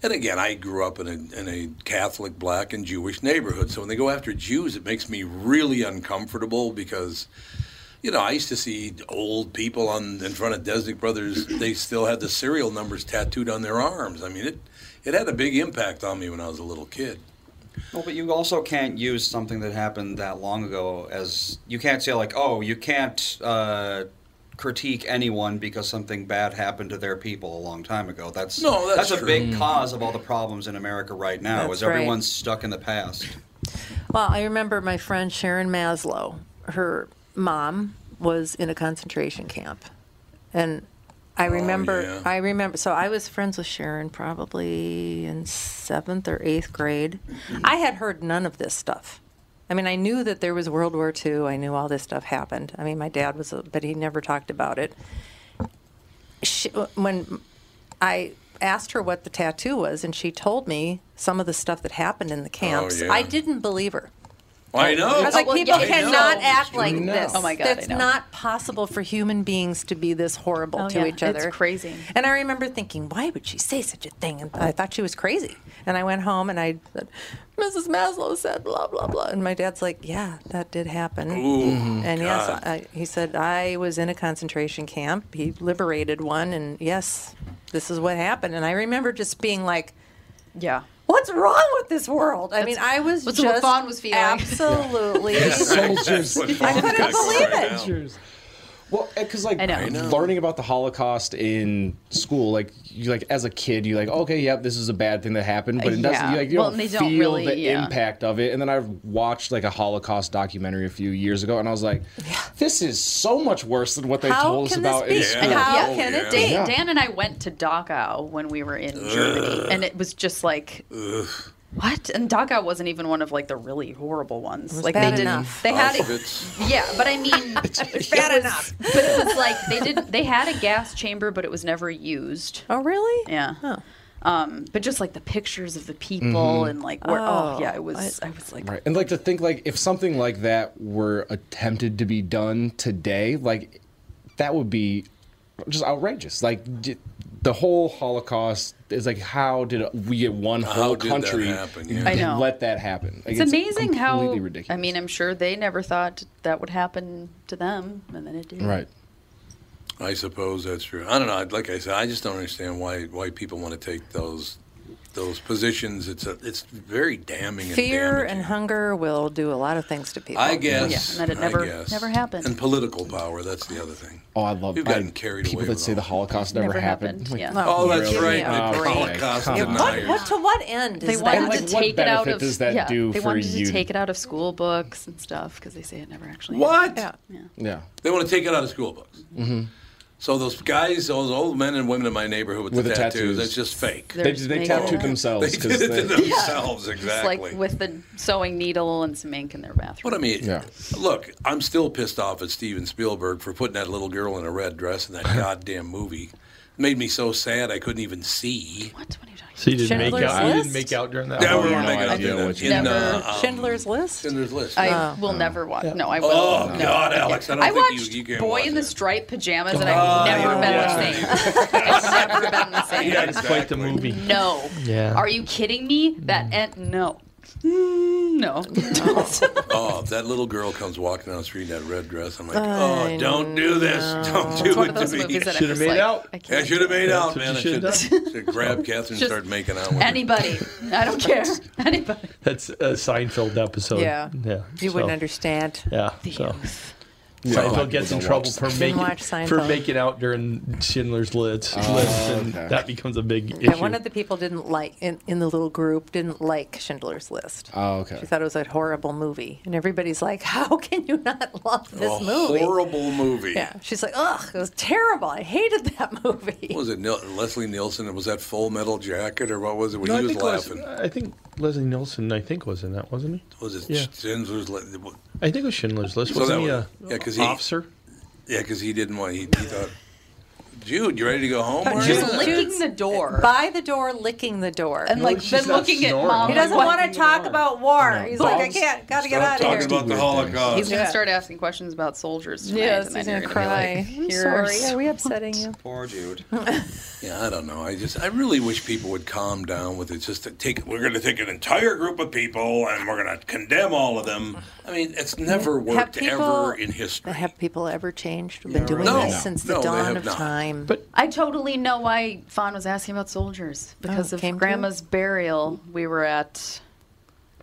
Speaker 1: and again, I grew up in a, in a Catholic, black, and Jewish neighborhood. So when they go after Jews, it makes me really uncomfortable because, you know, I used to see old people on in front of Desnick Brothers, they still had the serial numbers tattooed on their arms. I mean, it, it had a big impact on me when I was a little kid.
Speaker 7: Well, but you also can't use something that happened that long ago as you can't say like, oh, you can't uh, critique anyone because something bad happened to their people a long time ago. That's
Speaker 1: No, that's
Speaker 7: a
Speaker 1: true.
Speaker 7: big cause of all the problems in America right now.
Speaker 4: That's
Speaker 7: is
Speaker 4: right.
Speaker 7: everyone's stuck in the past?
Speaker 4: Well, I remember my friend Sharon Maslow. Her mom was in a concentration camp, and I remember.
Speaker 1: Oh, yeah.
Speaker 4: I remember. So I was friends with Sharon probably in seventh or eighth grade.
Speaker 1: Mm-hmm.
Speaker 4: I had heard none of this stuff. I mean, I knew that there was World War II. I knew all this stuff happened. I mean, my dad was, a, but he never talked about it. She, when I asked her what the tattoo was, and she told me some of the stuff that happened in the camps.
Speaker 1: Oh, yeah.
Speaker 4: I didn't believe her.
Speaker 1: I know.
Speaker 4: Oh, I was like,
Speaker 3: well,
Speaker 4: people
Speaker 3: yeah, I know.
Speaker 4: cannot act
Speaker 1: It's
Speaker 4: like
Speaker 1: true.
Speaker 4: this.
Speaker 3: Oh my God, I
Speaker 4: That's
Speaker 3: know.
Speaker 4: not possible for human beings to be this horrible
Speaker 3: Oh,
Speaker 4: to
Speaker 3: yeah.
Speaker 4: each
Speaker 3: It's
Speaker 4: other.
Speaker 3: crazy.
Speaker 4: And I remember thinking, why would she say such a thing? And I thought she was crazy. And I went home and I said, Mrs. Maslow said blah blah blah. And my dad's like, yeah, that did happen. and yes,
Speaker 1: God.
Speaker 4: I, he said I was in a concentration camp. He liberated one, and yes, this is what happened. And I remember just being like.
Speaker 3: Yeah.
Speaker 4: What's wrong with this world? I mean, I was
Speaker 3: that's
Speaker 4: just
Speaker 3: what Fawn was feeling.
Speaker 4: absolutely
Speaker 5: Soldiers.
Speaker 4: I couldn't believe it.
Speaker 5: Pictures. Well, because like
Speaker 3: I know. I know.
Speaker 5: learning about the Holocaust in school, like you like as a kid, you like okay, yep, this is a bad thing that happened, but it doesn't.
Speaker 3: Yeah.
Speaker 5: You, like, you
Speaker 3: Well,
Speaker 5: don't
Speaker 3: and they
Speaker 5: feel
Speaker 3: don't really-
Speaker 5: the
Speaker 3: yeah.
Speaker 5: impact of it. And then I watched like a Holocaust documentary a few years ago, and I was like, this is so much worse than what they
Speaker 4: How
Speaker 5: told us
Speaker 4: can this
Speaker 5: about. in
Speaker 4: be?
Speaker 5: school.
Speaker 3: I know.
Speaker 4: How
Speaker 3: yeah.
Speaker 4: can it
Speaker 1: Yeah.
Speaker 3: Dan,
Speaker 4: be?
Speaker 5: Oh, Yeah.
Speaker 3: Dan and I went to Dachau when we were in Germany, and it was just like. What? And Dachau wasn't even one of like the really horrible ones. like they
Speaker 4: bad
Speaker 3: didn't.
Speaker 4: enough.
Speaker 3: They had
Speaker 1: Auschwitz.
Speaker 3: it. Yeah, but I mean, it's
Speaker 4: bad enough.
Speaker 3: But it was like they didn't. They had a gas chamber, but it was never used.
Speaker 4: Oh, really?
Speaker 3: Yeah. Um, but just like the pictures of the people
Speaker 5: Mm-hmm.
Speaker 1: Mm-hmm.
Speaker 3: and like where. Oh, yeah, it was. I, was like,
Speaker 5: Right. And like to think like if something like that were attempted to be done today, like that would be just outrageous. Like j- the whole Holocaust is like how did we get one whole
Speaker 1: did that
Speaker 5: country
Speaker 1: happen? Yeah.
Speaker 3: I know.
Speaker 5: let that happen? Like,
Speaker 3: it's, amazing how.
Speaker 5: completely ridiculous.
Speaker 3: I mean, I'm sure they never thought that would happen to them, and then it did.
Speaker 5: right.
Speaker 1: I suppose that's true. I don't know. Like I said, I just don't understand why why people want to take those those positions. It's a, it's very damning.
Speaker 4: Fear
Speaker 1: and,
Speaker 4: and
Speaker 1: damaging.
Speaker 4: hunger will do a lot of things to people.
Speaker 1: I guess.
Speaker 3: Yeah, and that it
Speaker 1: I
Speaker 3: never-
Speaker 1: guess.
Speaker 3: never happened.
Speaker 1: And political power. That's the other thing.
Speaker 5: Oh, I love
Speaker 1: We've gotten
Speaker 5: I-
Speaker 1: carried
Speaker 5: people
Speaker 1: away
Speaker 5: that
Speaker 1: with
Speaker 5: say
Speaker 1: all
Speaker 5: the
Speaker 1: that.
Speaker 5: Holocaust never,
Speaker 3: Never
Speaker 5: happened.
Speaker 3: happened.
Speaker 5: Like,
Speaker 3: yeah.
Speaker 1: Oh, that's
Speaker 5: Really?
Speaker 1: right.
Speaker 5: Yeah.
Speaker 1: The
Speaker 5: Okay,
Speaker 1: Holocaust
Speaker 5: come on.
Speaker 4: What,
Speaker 1: deniers.
Speaker 4: what to what end?
Speaker 3: They
Speaker 4: is
Speaker 3: wanted
Speaker 4: that?
Speaker 5: like,
Speaker 3: to
Speaker 5: what
Speaker 3: take it out
Speaker 5: benefit
Speaker 3: of
Speaker 5: does that
Speaker 3: yeah,
Speaker 5: do
Speaker 3: they
Speaker 5: for
Speaker 3: wanted
Speaker 5: you?
Speaker 3: to take it out of school books and stuff because they say it never actually.
Speaker 1: What?
Speaker 4: Yeah.
Speaker 5: yeah.
Speaker 1: They want to take it out of school books. Mm-hmm. So those guys, those old men and women in my neighborhood with,
Speaker 5: With
Speaker 1: the,
Speaker 5: the
Speaker 1: tattoos,
Speaker 5: tattoos.
Speaker 1: that's just fake.
Speaker 3: They're
Speaker 5: They,
Speaker 3: just
Speaker 5: they
Speaker 3: making it
Speaker 5: tattooed
Speaker 3: up.
Speaker 1: They
Speaker 5: themselves
Speaker 1: did it to
Speaker 5: they,
Speaker 1: themselves,
Speaker 3: Just
Speaker 1: exactly.
Speaker 3: like with the sewing needle and some ink in their bathroom.
Speaker 1: What I mean,
Speaker 5: Yeah.
Speaker 1: look, I'm still pissed off at Steven Spielberg for putting that little girl in a red dress in that goddamn movie. made me so sad I couldn't even see.
Speaker 3: What? What are you talking
Speaker 2: So you didn't make
Speaker 4: Schindler's
Speaker 2: out. You
Speaker 4: List?
Speaker 2: didn't make out during that.
Speaker 1: Yeah,
Speaker 5: Oh,
Speaker 1: we were
Speaker 5: no
Speaker 1: making up
Speaker 5: idea
Speaker 1: in the-
Speaker 5: what you
Speaker 1: in
Speaker 3: mean.
Speaker 1: the, um,
Speaker 4: Uh, Schindler's List. Oh.
Speaker 1: Schindler's List.
Speaker 3: I
Speaker 1: yeah.
Speaker 3: will never watch. No, I will.
Speaker 1: oh
Speaker 3: no.
Speaker 1: God, Alex, I don't
Speaker 3: I
Speaker 1: think
Speaker 3: watched
Speaker 1: you, you can
Speaker 3: Boy
Speaker 1: watch
Speaker 3: in the
Speaker 1: that.
Speaker 3: Striped Pajamas, and
Speaker 1: Oh,
Speaker 3: I've
Speaker 1: you
Speaker 3: never
Speaker 1: don't
Speaker 3: been
Speaker 1: watch
Speaker 3: the
Speaker 1: that
Speaker 3: same. I've never been the same.
Speaker 1: Yeah,
Speaker 2: It's quite the
Speaker 1: exactly.
Speaker 2: movie.
Speaker 3: No.
Speaker 2: Yeah.
Speaker 5: Mm.
Speaker 3: Are you kidding me? That end? No. Mm, No.
Speaker 1: Oh, if that little girl comes walking down the street in that red dress, I'm like,
Speaker 3: I
Speaker 1: oh, don't do this. Don't do
Speaker 3: It's one
Speaker 1: it
Speaker 3: of those
Speaker 1: to me.
Speaker 3: movies that I'm Should've just made like, out. I
Speaker 1: I
Speaker 3: can't
Speaker 1: should have made
Speaker 2: That's what
Speaker 1: out, man.
Speaker 2: you
Speaker 1: I should
Speaker 2: should've
Speaker 1: have grab Catherine and start making out with her.
Speaker 3: Anybody. I don't care. Anybody.
Speaker 2: That's a Seinfeld episode.
Speaker 4: Yeah.
Speaker 2: yeah.
Speaker 4: You wouldn't
Speaker 2: so-
Speaker 4: understand.
Speaker 2: Yeah. So.
Speaker 5: Yeah, a lot
Speaker 2: Seinfeld
Speaker 5: of
Speaker 2: gets
Speaker 5: people
Speaker 2: in
Speaker 5: don't
Speaker 2: trouble
Speaker 5: watch
Speaker 2: for
Speaker 5: Seinfeld.
Speaker 4: Didn't
Speaker 2: making
Speaker 4: watch
Speaker 2: for
Speaker 4: Seinfeld.
Speaker 2: making out during Schindler's List, list and
Speaker 5: okay.
Speaker 2: that becomes a big issue.
Speaker 4: Yeah, one of the people didn't like in, in the little group didn't like Schindler's List.
Speaker 5: Oh, okay.
Speaker 4: She thought it was a horrible movie, and everybody's like, "How can you not love this
Speaker 1: a
Speaker 4: movie?"
Speaker 1: horrible movie.
Speaker 4: Yeah, she's like, "Ugh, it was terrible. I hated that movie."
Speaker 1: What was it Nil- Leslie Nielsen? Was that Full Metal Jacket or what was it? When
Speaker 2: No, I
Speaker 1: he was
Speaker 2: think uh,
Speaker 1: laughing,
Speaker 2: Les- I think Leslie Nielsen, I think, was in that, wasn't he?
Speaker 1: was it
Speaker 2: Yeah.
Speaker 1: Schindler's? Li-
Speaker 2: I think it was Schindler's List.
Speaker 1: So
Speaker 2: Wasn't
Speaker 1: that
Speaker 2: he uh,
Speaker 1: was-
Speaker 2: a
Speaker 1: yeah, 'cause he-
Speaker 2: officer?
Speaker 1: Yeah, because he didn't want. He, he thought, Jude, you ready to go home?
Speaker 3: But
Speaker 1: already?"
Speaker 3: she's
Speaker 4: Yeah.
Speaker 3: licking the door.
Speaker 4: By the door, licking the door.
Speaker 3: and like
Speaker 2: she's
Speaker 3: then
Speaker 2: not
Speaker 3: looking at
Speaker 2: snoring.
Speaker 3: mom.
Speaker 4: he
Speaker 3: like,
Speaker 4: doesn't
Speaker 3: what-
Speaker 4: want to talk about war. He's like, "I
Speaker 5: Bob's-
Speaker 4: can't. Got to get
Speaker 1: Stop
Speaker 4: out of
Speaker 1: talking
Speaker 4: here."
Speaker 1: about the
Speaker 5: Weird
Speaker 1: Holocaust.
Speaker 3: He's gonna
Speaker 4: Yeah.
Speaker 3: start asking questions about soldiers tonight.
Speaker 4: yes,
Speaker 3: and
Speaker 4: he's gonna
Speaker 3: then you're
Speaker 4: cry.
Speaker 3: Be
Speaker 4: I'm
Speaker 3: like,
Speaker 4: sorry.
Speaker 3: "Here's
Speaker 4: Are we upsetting you?
Speaker 7: Poor Jude.
Speaker 1: Yeah, I don't know. I just, I really wish people would calm down with it. Just to take, we're going to take an entire group of people and we're going to condemn all of them. I mean, it's never worked ever in history.
Speaker 4: Have people ever changed? We've been doing
Speaker 1: No,
Speaker 4: this since the
Speaker 1: no, they
Speaker 4: dawn
Speaker 1: have
Speaker 4: of
Speaker 1: not.
Speaker 4: time.
Speaker 2: But
Speaker 3: I totally know why Fawn was asking about soldiers because
Speaker 4: Oh, came
Speaker 3: of
Speaker 4: to
Speaker 3: Grandma's burial. We were at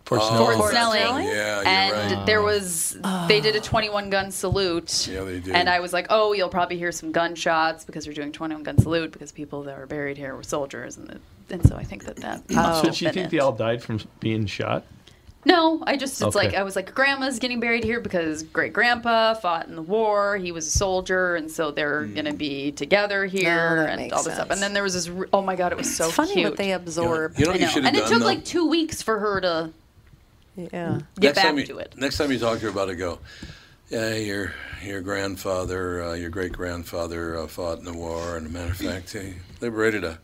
Speaker 2: Fort
Speaker 3: Fort
Speaker 1: Oh,
Speaker 3: Snelling,
Speaker 1: Snelling? Yeah, you're
Speaker 3: and
Speaker 1: right.
Speaker 3: there was
Speaker 4: Oh.
Speaker 3: they did a 21 gun salute.
Speaker 1: Yeah, they did.
Speaker 3: And I was like, oh, you'll probably hear some gunshots because you're doing 21 gun salute because people that were buried here were soldiers, and the, and so I think that that.
Speaker 4: Oh.
Speaker 3: must
Speaker 2: So
Speaker 3: have
Speaker 2: do you
Speaker 3: been
Speaker 2: think
Speaker 3: it.
Speaker 2: they all died from being shot?
Speaker 3: No, I just it's
Speaker 2: Okay.
Speaker 3: like I was like grandma's getting buried here because great grandpa fought in the war. He was a soldier, and so they're
Speaker 1: Hmm.
Speaker 3: gonna be together here
Speaker 4: Oh, that
Speaker 3: and
Speaker 4: makes
Speaker 3: all this stuff.
Speaker 4: sense.
Speaker 3: And then there was this. re- Oh my god, it was so
Speaker 4: it's funny
Speaker 3: cute.
Speaker 4: what they absorb.
Speaker 1: You know
Speaker 3: I
Speaker 1: what
Speaker 3: know.
Speaker 1: you should have
Speaker 3: and
Speaker 1: done?
Speaker 3: it took
Speaker 1: though?
Speaker 3: like two weeks for her to
Speaker 4: yeah.
Speaker 3: get back
Speaker 1: time you,
Speaker 3: to it.
Speaker 1: Next time you talk to her about it, go, yeah, your your grandfather, uh, your great grandfather uh, fought in the war, and a matter of fact, he liberated a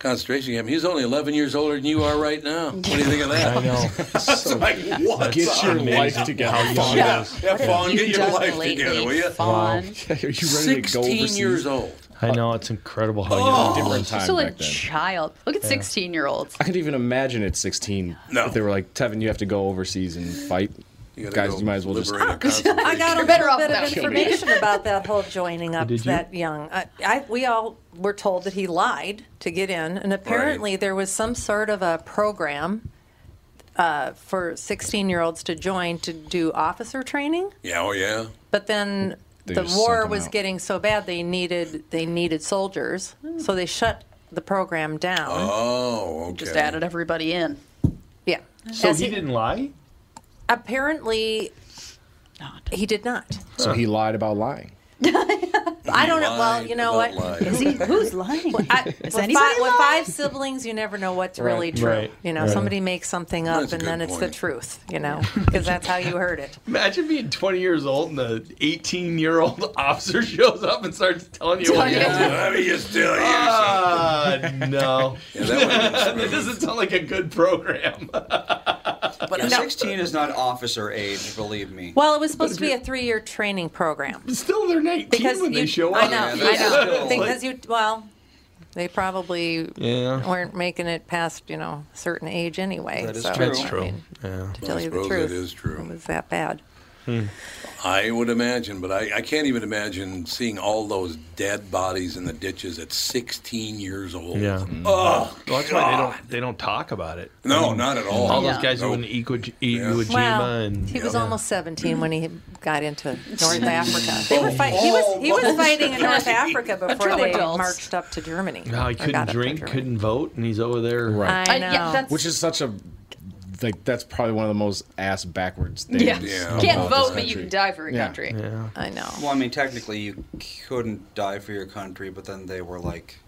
Speaker 1: concentration camp. He's only 11 years older than you are right now. What do you think of that?
Speaker 2: know.
Speaker 1: Like, what?
Speaker 5: Get your life together. Fawn.
Speaker 1: yeah, yeah, Fawn,
Speaker 3: You
Speaker 1: get your life
Speaker 3: definitely
Speaker 1: together,
Speaker 3: need
Speaker 1: will you?
Speaker 3: Fawn.
Speaker 5: Are you ready to go
Speaker 1: 16
Speaker 5: overseas?
Speaker 1: years old.
Speaker 2: I know it's incredible
Speaker 1: Oh.
Speaker 2: how young different.
Speaker 5: Different time
Speaker 3: Still a
Speaker 5: back then.
Speaker 3: child. Look at 16 year olds.
Speaker 5: I could even imagine at 16.
Speaker 1: No.
Speaker 5: if They were like, Tevin, you have to go overseas and fight.
Speaker 1: You gotta
Speaker 5: Guys,
Speaker 1: go
Speaker 5: you might as well just. Ah,
Speaker 1: liberate a concentration
Speaker 4: I got a
Speaker 3: better
Speaker 1: camp.
Speaker 4: better
Speaker 3: off
Speaker 4: bit
Speaker 3: without
Speaker 4: of
Speaker 3: you.
Speaker 4: information about that whole joining up
Speaker 2: Did you?
Speaker 4: that young. I, I, we all were told that he lied to get in, and apparently there was some sort of a program uh, for 16-year-olds to join to do officer training.
Speaker 1: Yeah, oh yeah.
Speaker 4: But then
Speaker 5: They
Speaker 4: the
Speaker 5: just
Speaker 4: war
Speaker 5: sunk 'em
Speaker 4: was
Speaker 5: out.
Speaker 4: getting so bad they needed they needed soldiers, so they shut the program down.
Speaker 1: Oh, okay.
Speaker 3: Just added everybody in.
Speaker 4: yeah.
Speaker 2: So
Speaker 4: As
Speaker 2: he didn't lie.
Speaker 4: Apparently,
Speaker 3: Not.
Speaker 4: he did not.
Speaker 5: So he lied about lying.
Speaker 4: I don't know. Well,
Speaker 1: lied
Speaker 4: you know
Speaker 1: about
Speaker 4: what?
Speaker 1: lying.
Speaker 3: Is he, who's lying?
Speaker 4: I,
Speaker 3: Is
Speaker 4: with,
Speaker 3: anybody
Speaker 4: five, with
Speaker 3: lying?
Speaker 4: five siblings, you never know what's really true.
Speaker 2: Right,
Speaker 4: You know,
Speaker 2: right.
Speaker 4: somebody makes something up,
Speaker 1: That's a
Speaker 4: and
Speaker 1: good
Speaker 4: then it's the
Speaker 1: point.
Speaker 4: truth. You know, because that's how you heard it.
Speaker 2: Imagine being 20 years old and the 18 year old officer shows up and starts telling you what you
Speaker 3: Telling
Speaker 2: did.
Speaker 3: you.
Speaker 1: Let me just tell you something.
Speaker 2: Ah, no.
Speaker 1: Yeah, that would've
Speaker 2: That
Speaker 1: been
Speaker 2: doesn't sound like a good program.
Speaker 7: But 16 is not officer age, believe me.
Speaker 4: Well, it was supposed to be a three-year training program
Speaker 2: Still, they're 19
Speaker 4: because
Speaker 2: when
Speaker 4: you,
Speaker 2: they show
Speaker 4: I
Speaker 2: up.
Speaker 4: know,
Speaker 7: Yeah,
Speaker 4: I know,
Speaker 7: that's
Speaker 4: because you well, they probably
Speaker 2: Yeah.
Speaker 4: weren't making it past you know a certain age anyway.
Speaker 7: That is
Speaker 4: so,
Speaker 7: true.
Speaker 2: That's true.
Speaker 4: I mean, To tell
Speaker 1: I
Speaker 4: you the
Speaker 1: suppose
Speaker 4: truth,
Speaker 1: that is true.
Speaker 4: It was that bad.
Speaker 1: I would imagine, but I, I can't even imagine seeing all those dead bodies in the ditches at 16 years old.
Speaker 2: Yeah. Mm.
Speaker 1: Oh,
Speaker 2: Well, that's why they don't, they don't talk about it.
Speaker 1: no, not at all.
Speaker 2: All those guys
Speaker 1: Nope.
Speaker 2: who went to Iwo, Iwo Jima
Speaker 4: Well,
Speaker 2: and
Speaker 4: he was
Speaker 1: Yeah.
Speaker 4: almost 17 when he got into North Africa. They were fight- he was he was
Speaker 1: Almost.
Speaker 4: fighting in North Africa before they
Speaker 3: Adults.
Speaker 4: marched up to Germany.
Speaker 2: No, Oh, he
Speaker 4: or got up
Speaker 2: couldn't
Speaker 4: to
Speaker 2: drink,
Speaker 4: Germany.
Speaker 2: couldn't vote, and he's over there.
Speaker 5: Right.
Speaker 3: I,
Speaker 4: I know.
Speaker 3: yeah, that's,
Speaker 5: Which is such a. Like, that's probably one of the most ass backwards things.
Speaker 3: yeah.
Speaker 1: Yeah.
Speaker 3: Can't
Speaker 5: about
Speaker 3: vote,
Speaker 5: this
Speaker 3: but you
Speaker 5: country.
Speaker 3: can die for your
Speaker 5: Yeah.
Speaker 3: country.
Speaker 4: I know.
Speaker 7: Well, I mean, technically, you couldn't die for your country, but then they were like,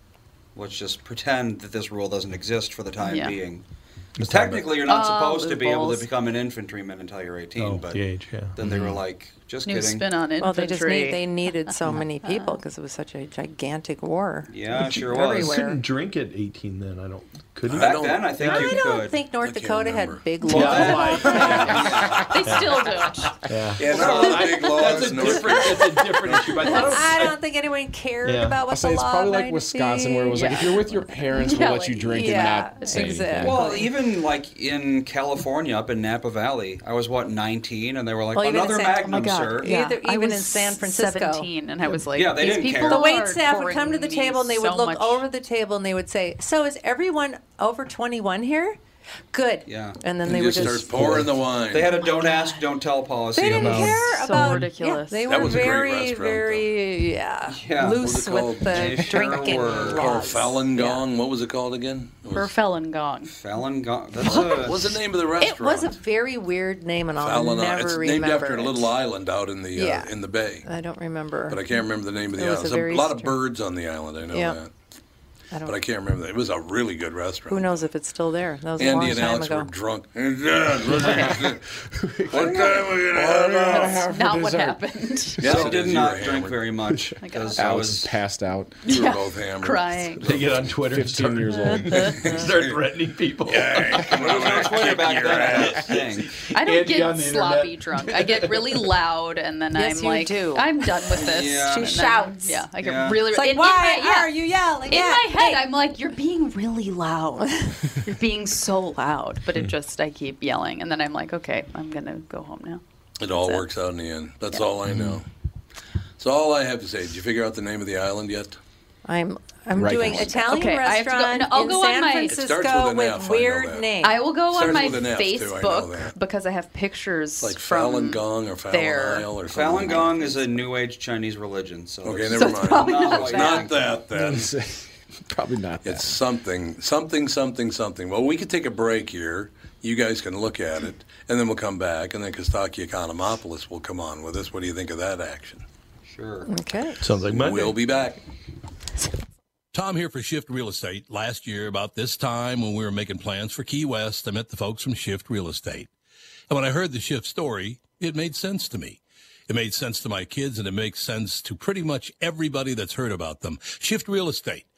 Speaker 7: let's just pretend that this rule doesn't exist for the time
Speaker 3: Yeah.
Speaker 7: being. 'Cause technically, you're not
Speaker 3: Oh,
Speaker 7: supposed to be able
Speaker 3: loopholes. Mm-hmm.
Speaker 7: to become an infantryman until you're 18,
Speaker 2: Oh,
Speaker 7: but
Speaker 2: the age, yeah.
Speaker 7: then they were like, Just
Speaker 3: New
Speaker 7: kidding.
Speaker 3: spin on it.
Speaker 4: Well, they just
Speaker 3: Infantry.
Speaker 4: need, they needed so many people because it was such a gigantic war.
Speaker 7: Yeah, sure was.
Speaker 2: You
Speaker 4: everywhere.
Speaker 2: couldn't drink at 18 then. I don't. Could you?
Speaker 7: Back
Speaker 8: don't-
Speaker 7: then, I think
Speaker 2: I
Speaker 4: I
Speaker 7: you
Speaker 4: don't
Speaker 7: could.
Speaker 4: think
Speaker 8: I
Speaker 4: North
Speaker 8: can't
Speaker 4: Dakota
Speaker 8: remember.
Speaker 4: had big
Speaker 7: Well,
Speaker 4: laws.
Speaker 3: They still do.
Speaker 8: Yeah, not
Speaker 2: Well, I-
Speaker 8: really big laws.
Speaker 2: That's a
Speaker 8: no.
Speaker 2: different. That's a different issue. But I don't-
Speaker 4: I don't think anyone cared
Speaker 2: Yeah.
Speaker 4: about
Speaker 2: I'll
Speaker 5: I'll
Speaker 4: what the
Speaker 5: say it's
Speaker 4: law
Speaker 5: probably like
Speaker 4: might
Speaker 5: Wisconsin, where it was like
Speaker 3: Yeah.
Speaker 5: if you're with your parents,
Speaker 3: Yeah,
Speaker 5: we'll let you
Speaker 3: like-
Speaker 5: drink
Speaker 4: yeah,
Speaker 5: and not say anything.
Speaker 4: exactly.
Speaker 7: Well, even like in California, up in Napa Valley, I was what 19, and they were like,
Speaker 4: Well, even in
Speaker 7: "Another
Speaker 4: San- oh my
Speaker 7: Magnum,
Speaker 4: God,
Speaker 7: sir."
Speaker 4: yeah. Either-
Speaker 3: I
Speaker 4: even
Speaker 3: was
Speaker 4: in San Francisco.
Speaker 3: 17, and I was like,
Speaker 7: Yeah, they
Speaker 3: these
Speaker 7: didn't
Speaker 3: people
Speaker 7: care.
Speaker 4: the
Speaker 7: The
Speaker 3: are
Speaker 4: wait staff would
Speaker 3: pouring
Speaker 4: come to the
Speaker 3: me
Speaker 4: table and they would
Speaker 3: so
Speaker 4: look
Speaker 3: much-
Speaker 4: over the table and they would say, "So is everyone over 21 here?'re Good.
Speaker 7: Yeah.
Speaker 4: And then
Speaker 8: And
Speaker 4: they would
Speaker 8: just
Speaker 4: just
Speaker 8: start pouring the wine.
Speaker 7: They had a "Don't ask, don't tell" policy.
Speaker 4: They didn't
Speaker 7: about,
Speaker 4: care
Speaker 3: So
Speaker 4: about
Speaker 3: ridiculous.
Speaker 4: Yeah, they
Speaker 8: That
Speaker 4: were
Speaker 8: was a great
Speaker 4: very,
Speaker 8: restaurant,
Speaker 4: very yeah,
Speaker 7: Yeah.
Speaker 4: loose
Speaker 8: What was it
Speaker 4: with the
Speaker 7: They sure
Speaker 4: drinking
Speaker 7: were.
Speaker 8: Carl
Speaker 4: laws.
Speaker 8: Fallon Gong. What was it called again? It
Speaker 3: For
Speaker 8: was,
Speaker 3: Felon Gong.
Speaker 7: Fallon Gong. That's a,
Speaker 8: what was the name of the
Speaker 4: It
Speaker 8: restaurant?
Speaker 4: was a very weird name, and I'll
Speaker 8: Fallon.
Speaker 4: never
Speaker 8: it's named
Speaker 4: remember
Speaker 8: after a
Speaker 4: it.
Speaker 8: little island out in the uh,
Speaker 4: Yeah.
Speaker 8: in the bay,
Speaker 4: I don't remember.
Speaker 8: but I can't remember the name of the
Speaker 4: It was
Speaker 8: island.
Speaker 4: a
Speaker 8: There's a,
Speaker 4: very
Speaker 8: lot of
Speaker 4: strange-
Speaker 8: birds on the island. I know
Speaker 4: Yeah.
Speaker 8: that,
Speaker 4: I don't.
Speaker 8: but I can't remember that. It was a really good restaurant.
Speaker 4: who knows if it's still there? That was a
Speaker 8: Andy
Speaker 4: long
Speaker 8: and
Speaker 4: time
Speaker 8: Alex
Speaker 4: ago.
Speaker 8: were drunk. what time are we gonna have?
Speaker 5: Half a
Speaker 3: Not what
Speaker 5: dessert.
Speaker 3: happened.
Speaker 8: Yes,
Speaker 7: I
Speaker 8: it
Speaker 7: did
Speaker 8: is. You
Speaker 7: not
Speaker 8: were
Speaker 7: drink
Speaker 8: hammered.
Speaker 7: very much because I
Speaker 5: Alex
Speaker 7: was.
Speaker 5: passed out.
Speaker 8: You were both hammered.
Speaker 3: Crying.
Speaker 2: They get on Twitter and
Speaker 5: 15
Speaker 2: start,
Speaker 5: years old.
Speaker 2: start threatening people.
Speaker 7: When I was on Twitter back then. I don't think.
Speaker 3: I don't
Speaker 2: Andy
Speaker 3: get
Speaker 2: on the
Speaker 3: sloppy
Speaker 2: internet.
Speaker 3: drunk. I get really loud, and then
Speaker 4: Yes,
Speaker 3: I'm
Speaker 4: you
Speaker 3: like,
Speaker 4: do.
Speaker 3: I'm done with this.
Speaker 7: Yeah. She
Speaker 3: And then-
Speaker 4: shouts.
Speaker 3: yeah, I get
Speaker 7: Yeah.
Speaker 3: really.
Speaker 4: It's like,
Speaker 3: in- in
Speaker 4: why
Speaker 3: my- yeah.
Speaker 4: are you yelling?
Speaker 3: In my head, I'm like, you're being really loud. you're being so loud, but
Speaker 8: Hmm.
Speaker 3: it just I keep yelling, and then I'm like, okay, I'm gonna go home now.
Speaker 8: It all works out in the end. That's all I know. That's all I have to say. Did you figure out the name of the island yet?
Speaker 4: I'm I'm
Speaker 5: Right.
Speaker 4: doing
Speaker 5: Okay,
Speaker 4: Italian
Speaker 3: I have to go-
Speaker 4: restaurant
Speaker 3: no, I'll
Speaker 4: in
Speaker 3: go on
Speaker 4: San
Speaker 3: my- It
Speaker 8: starts
Speaker 4: Francisco
Speaker 8: with an
Speaker 4: with
Speaker 8: F, I know
Speaker 4: weird
Speaker 8: that.
Speaker 4: name.
Speaker 3: I will go
Speaker 8: Starts
Speaker 3: on my
Speaker 8: with an F, too, I know
Speaker 3: Facebook
Speaker 8: that.
Speaker 3: because I have pictures
Speaker 8: Like
Speaker 3: from
Speaker 8: Falun Gong or Falun
Speaker 3: there.
Speaker 8: Isle or something.
Speaker 7: Falun Gong is a New Age Chinese religion. So
Speaker 8: Okay,
Speaker 7: there's-
Speaker 8: never mind.
Speaker 3: probably
Speaker 7: not
Speaker 8: it's
Speaker 7: like
Speaker 8: not that
Speaker 7: that.
Speaker 8: then.
Speaker 5: Probably not that.
Speaker 8: It's something, something, something, something. Well, we could take a break here. You guys can look at it, and then we'll come back, and then Kostaki Economopoulos will come on with us. What do you think of that action?
Speaker 7: Sure.
Speaker 4: Okay.
Speaker 2: Sounds like Monday.
Speaker 8: We'll be back.
Speaker 1: Tom here for Shift Real Estate. Last year, about this time when we were making plans for Key West, I met the folks from Shift Real Estate. And when I heard the Shift story, it made sense to me. It made sense to my kids and it makes sense to pretty much everybody that's heard about them. Shift Real Estate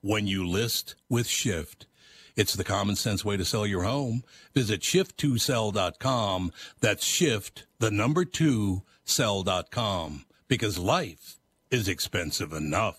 Speaker 1: when you list with Shift. It's the common sense way to sell your home. Visit shift2sell.com. That's shift, the number two, sell.com. Because life is expensive enough.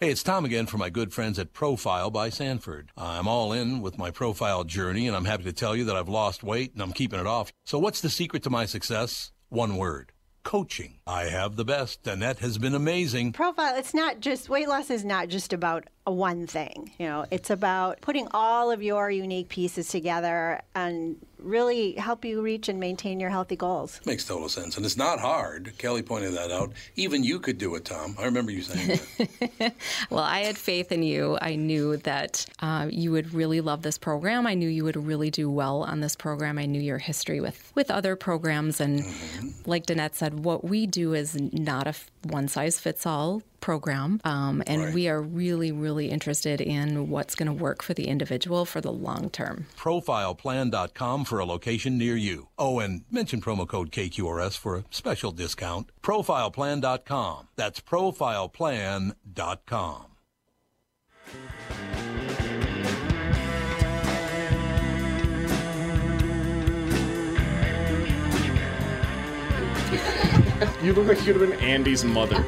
Speaker 1: Hey, it's Tom again for my good friends at Profile by Sanford. I'm all in with my profile journey, and I'm happy to tell you that I've lost weight and I'm keeping it off. So, what's the secret to my success? One word coaching. I have the best. Annette has been amazing.
Speaker 9: profile it's not just weight loss is not just about a one thing you know it's about putting all of your unique pieces together and really help you reach and maintain your healthy goals
Speaker 8: Makes total sense, and it's not hard. Kelly pointed that out. Even you could do it, Tom. I remember you saying that.
Speaker 10: Well, I had faith in you. I knew that uh, you would really love this program. I knew you would really do well on this program. I knew your history with, with other programs. And like Danette said, what we do is not a one size fits all program. Um, and we are really, really interested in what's going to work for the individual for the long term.
Speaker 1: profileplan.com for a location near you. Oh, and mention promo code KQRS for a special discount. Profileplan.com. That's profileplan.com.
Speaker 5: You look like you could have been Andy's mother.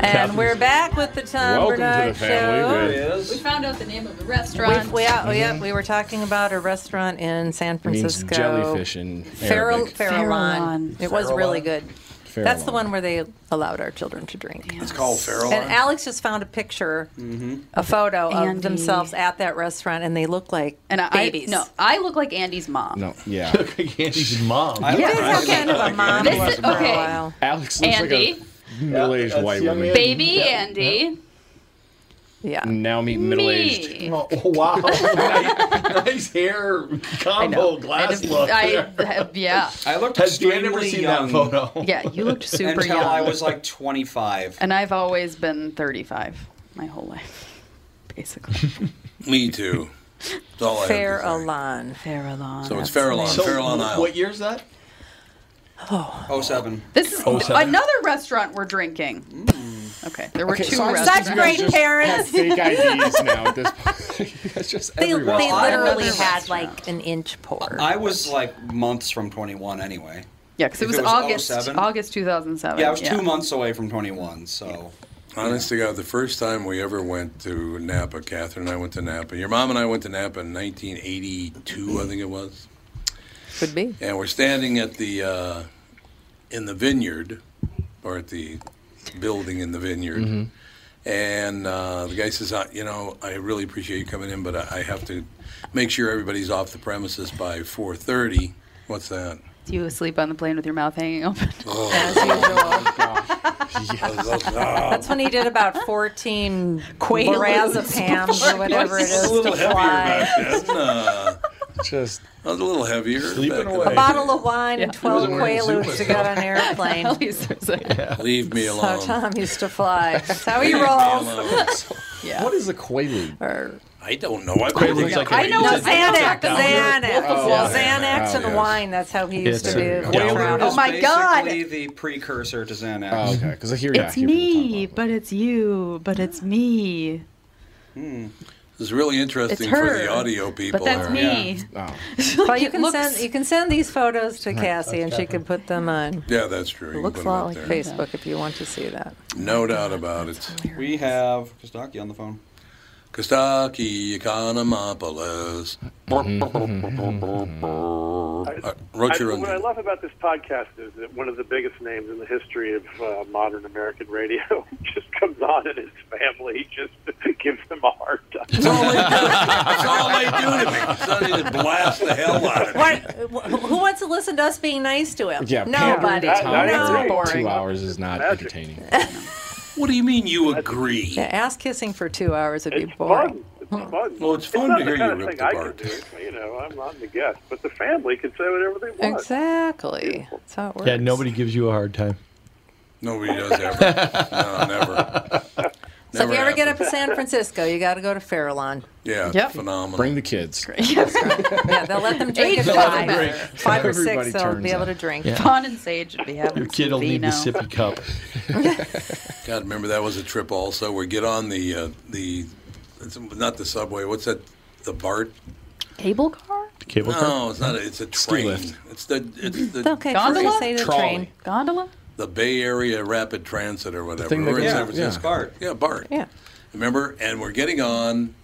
Speaker 4: And we're back with the Tom
Speaker 5: Welcome to the
Speaker 4: Bernard
Speaker 5: family.
Speaker 4: Show.
Speaker 5: There it
Speaker 3: We found out the name of the
Speaker 4: We,
Speaker 3: restaurant.
Speaker 4: we, yeah, oh, yeah, we were talking about a restaurant in San
Speaker 5: Mm-hmm. means
Speaker 4: Francisco.
Speaker 5: jellyfish in
Speaker 4: Feral,
Speaker 5: Arabic.
Speaker 4: Farallon. It was really
Speaker 5: Farallon?
Speaker 4: good. That's the
Speaker 5: Farallon.
Speaker 4: one where they allowed our children to drink.
Speaker 1: It's called Farallon?
Speaker 4: And Alex just found a picture,
Speaker 1: Mm-hmm.
Speaker 4: a photo
Speaker 3: Andy.
Speaker 4: of themselves at that restaurant, and they look like
Speaker 3: and I,
Speaker 4: babies.
Speaker 3: I, no, I look like Andy's mom.
Speaker 5: No, yeah.
Speaker 2: Andy's mom.
Speaker 4: You did have kind of a mom
Speaker 3: This
Speaker 4: look
Speaker 3: is-
Speaker 4: for a
Speaker 3: okay.
Speaker 4: while.
Speaker 5: Alex looks
Speaker 3: Andy?
Speaker 5: like a middle-aged white woman.
Speaker 3: Baby Andy.
Speaker 4: Yeah.
Speaker 5: Now meet middle-aged.
Speaker 3: Me.
Speaker 2: wow. nice, nice hair combo glass look.
Speaker 3: I, have- yeah.
Speaker 7: I looked
Speaker 2: Has you ever
Speaker 7: extremely
Speaker 2: seen
Speaker 7: young
Speaker 2: that photo?
Speaker 3: Yeah, you looked super
Speaker 7: until
Speaker 3: young.
Speaker 7: I was like 25.
Speaker 3: and I've always been 35 my whole life, basically.
Speaker 1: Me too. That's all I have to
Speaker 4: Fair
Speaker 1: say.
Speaker 4: Alon.
Speaker 3: Farallon.
Speaker 1: So it's Farallon,
Speaker 2: So
Speaker 1: Farallon Isle.
Speaker 2: What year is that?
Speaker 7: Oh seven.
Speaker 3: This is
Speaker 2: Oh, seven.
Speaker 3: another restaurant we're drinking. Okay, there were
Speaker 5: Okay,
Speaker 3: two
Speaker 5: so I'm just-
Speaker 3: restaurants.
Speaker 4: Such great
Speaker 5: you guys just
Speaker 4: parents.
Speaker 5: have Fake IDs now at this point. You guys just
Speaker 4: They,
Speaker 5: everywhere.
Speaker 4: they
Speaker 7: I
Speaker 4: literally
Speaker 7: remember
Speaker 4: had like an inch pour.
Speaker 7: I was like months from 21 anyway.
Speaker 3: Yeah, because it
Speaker 7: If
Speaker 3: was,
Speaker 7: it was
Speaker 3: August,
Speaker 7: 07?
Speaker 3: August 2007.
Speaker 7: Yeah, I was two months away from 21. So
Speaker 1: Honest to God, the first time we ever went to Napa, Catherine and I went to Napa. Your mom and I went to Napa in 1982, I think it was.
Speaker 4: Could be.
Speaker 1: And we're standing at the uh, in the vineyard, or at the building in the vineyard. And uh, the guy says, "Uh, "You know, I really appreciate you coming in, but I, I have to make sure everybody's off the premises by 4:30." What's that?
Speaker 3: Do you asleep on the plane with your mouth hanging open?
Speaker 1: Oh, Uh,
Speaker 4: That's when he did about 14 lorazepams or whatever it is
Speaker 1: a little
Speaker 4: to
Speaker 1: heavier
Speaker 4: fly.
Speaker 1: back then. Uh,
Speaker 5: Just
Speaker 1: I was a little heavier.
Speaker 2: Sleeping
Speaker 1: back
Speaker 2: away.
Speaker 1: then.
Speaker 4: Bottle of wine and 12 Quaaludes to get on an airplane.
Speaker 3: At least there's a-
Speaker 1: Leave me
Speaker 4: That's how
Speaker 1: alone.
Speaker 4: Tom used to fly. That's how he
Speaker 1: Leave me
Speaker 4: rolls.
Speaker 1: alone.
Speaker 3: yeah.
Speaker 5: What is a quaalude?
Speaker 4: Or-
Speaker 1: I don't know. I've
Speaker 2: Quaaludes
Speaker 1: never
Speaker 2: like
Speaker 1: done
Speaker 2: a-
Speaker 1: it.
Speaker 3: I know
Speaker 4: No,
Speaker 3: it's a-
Speaker 4: Xanax, Xanax.
Speaker 3: Oh,
Speaker 5: yeah.
Speaker 4: Xanax and
Speaker 5: Oh, yes.
Speaker 4: wine. That's how he used
Speaker 2: It's
Speaker 4: to
Speaker 2: a-
Speaker 4: do.
Speaker 2: Quaalude
Speaker 4: drown.
Speaker 7: It's
Speaker 3: Oh my God.
Speaker 7: basically the precursor to Xanax.
Speaker 5: Oh, okay. Because I hear yeah, I
Speaker 3: It's
Speaker 5: hear people talk
Speaker 3: me,
Speaker 5: about
Speaker 3: but it's you, but it's me.
Speaker 1: It's Hmm. really interesting
Speaker 3: It's
Speaker 1: for
Speaker 3: her,
Speaker 1: the audio people.
Speaker 3: But that's me.
Speaker 5: that.
Speaker 4: Well, you can
Speaker 3: looks-
Speaker 4: send you can send these photos to Cassie, and she can put them on.
Speaker 1: Yeah, that's true. You
Speaker 4: Looks
Speaker 1: can
Speaker 4: a
Speaker 1: put 'em
Speaker 4: lot
Speaker 1: up
Speaker 4: like
Speaker 1: there.
Speaker 4: Facebook if you want to see that.
Speaker 1: No doubt about it.
Speaker 7: We have Kostaki on the phone.
Speaker 1: Kostaki Economopoulos.
Speaker 2: Mm-hmm.
Speaker 1: Uh,
Speaker 11: I,
Speaker 1: wrote your
Speaker 11: what I
Speaker 1: own.
Speaker 11: love about this podcast is that one of the biggest names in the history of uh, modern American radio just comes on and his family just gives him a hard time.
Speaker 1: That's all they do. That's all they do to me. Sonny, they blast the hell out of me.
Speaker 4: What? wh- Who wants to listen to us being nice to him?
Speaker 5: Yeah,
Speaker 4: nobody.
Speaker 5: pandering to
Speaker 11: That- that
Speaker 4: No.
Speaker 11: is
Speaker 5: Tom for
Speaker 11: boring.
Speaker 5: two hours is not
Speaker 11: Magic.
Speaker 5: entertaining.
Speaker 1: What do you mean you agree?
Speaker 4: Yeah, ass kissing for two hours would be
Speaker 11: It's
Speaker 4: boring.
Speaker 11: fun. It's fun.
Speaker 1: Well, it's fun
Speaker 11: not
Speaker 1: to
Speaker 11: the
Speaker 1: hear
Speaker 11: kind
Speaker 1: you
Speaker 11: of
Speaker 1: rip
Speaker 11: thing
Speaker 1: the
Speaker 11: I
Speaker 1: bark.
Speaker 11: Can do. You know, I'm not the guest, but the family can say whatever they want.
Speaker 4: Exactly. That's how it works.
Speaker 2: Yeah, nobody gives you a hard time.
Speaker 1: Nobody does ever. No, never.
Speaker 4: So if
Speaker 1: Never
Speaker 4: you ever get up
Speaker 1: happened.
Speaker 4: to San Francisco, you got to go to Farallon.
Speaker 1: Yeah,
Speaker 3: Yep.
Speaker 1: phenomenal.
Speaker 5: Bring the kids.
Speaker 4: Yeah, they'll let them drink at
Speaker 3: They'll let them
Speaker 4: five, five or
Speaker 5: Everybody
Speaker 4: six. They'll
Speaker 5: turns
Speaker 4: be able
Speaker 5: up.
Speaker 4: to drink.
Speaker 3: Fawn and Sage would be having
Speaker 2: Your kid
Speaker 3: some
Speaker 2: will need the
Speaker 3: vino.
Speaker 2: sippy cup.
Speaker 1: God, remember that was a trip also where get on the uh, the it's not the subway. What's that? The BART?
Speaker 3: Cable car?
Speaker 2: Cable car.
Speaker 1: No, it's not. A, it's a train.
Speaker 5: lift.
Speaker 1: It's the it's the
Speaker 4: Okay, first
Speaker 3: Gondola?
Speaker 4: you say the train.
Speaker 5: Trolley.
Speaker 3: Gondola?
Speaker 1: the Bay Area Rapid Transit or whatever.
Speaker 5: thing that
Speaker 1: We're in
Speaker 5: goes-
Speaker 1: San
Speaker 5: Yeah.
Speaker 1: Francisco.
Speaker 7: Bart.
Speaker 1: Yeah, BART.
Speaker 4: Yeah.
Speaker 1: Remember? And we're getting on,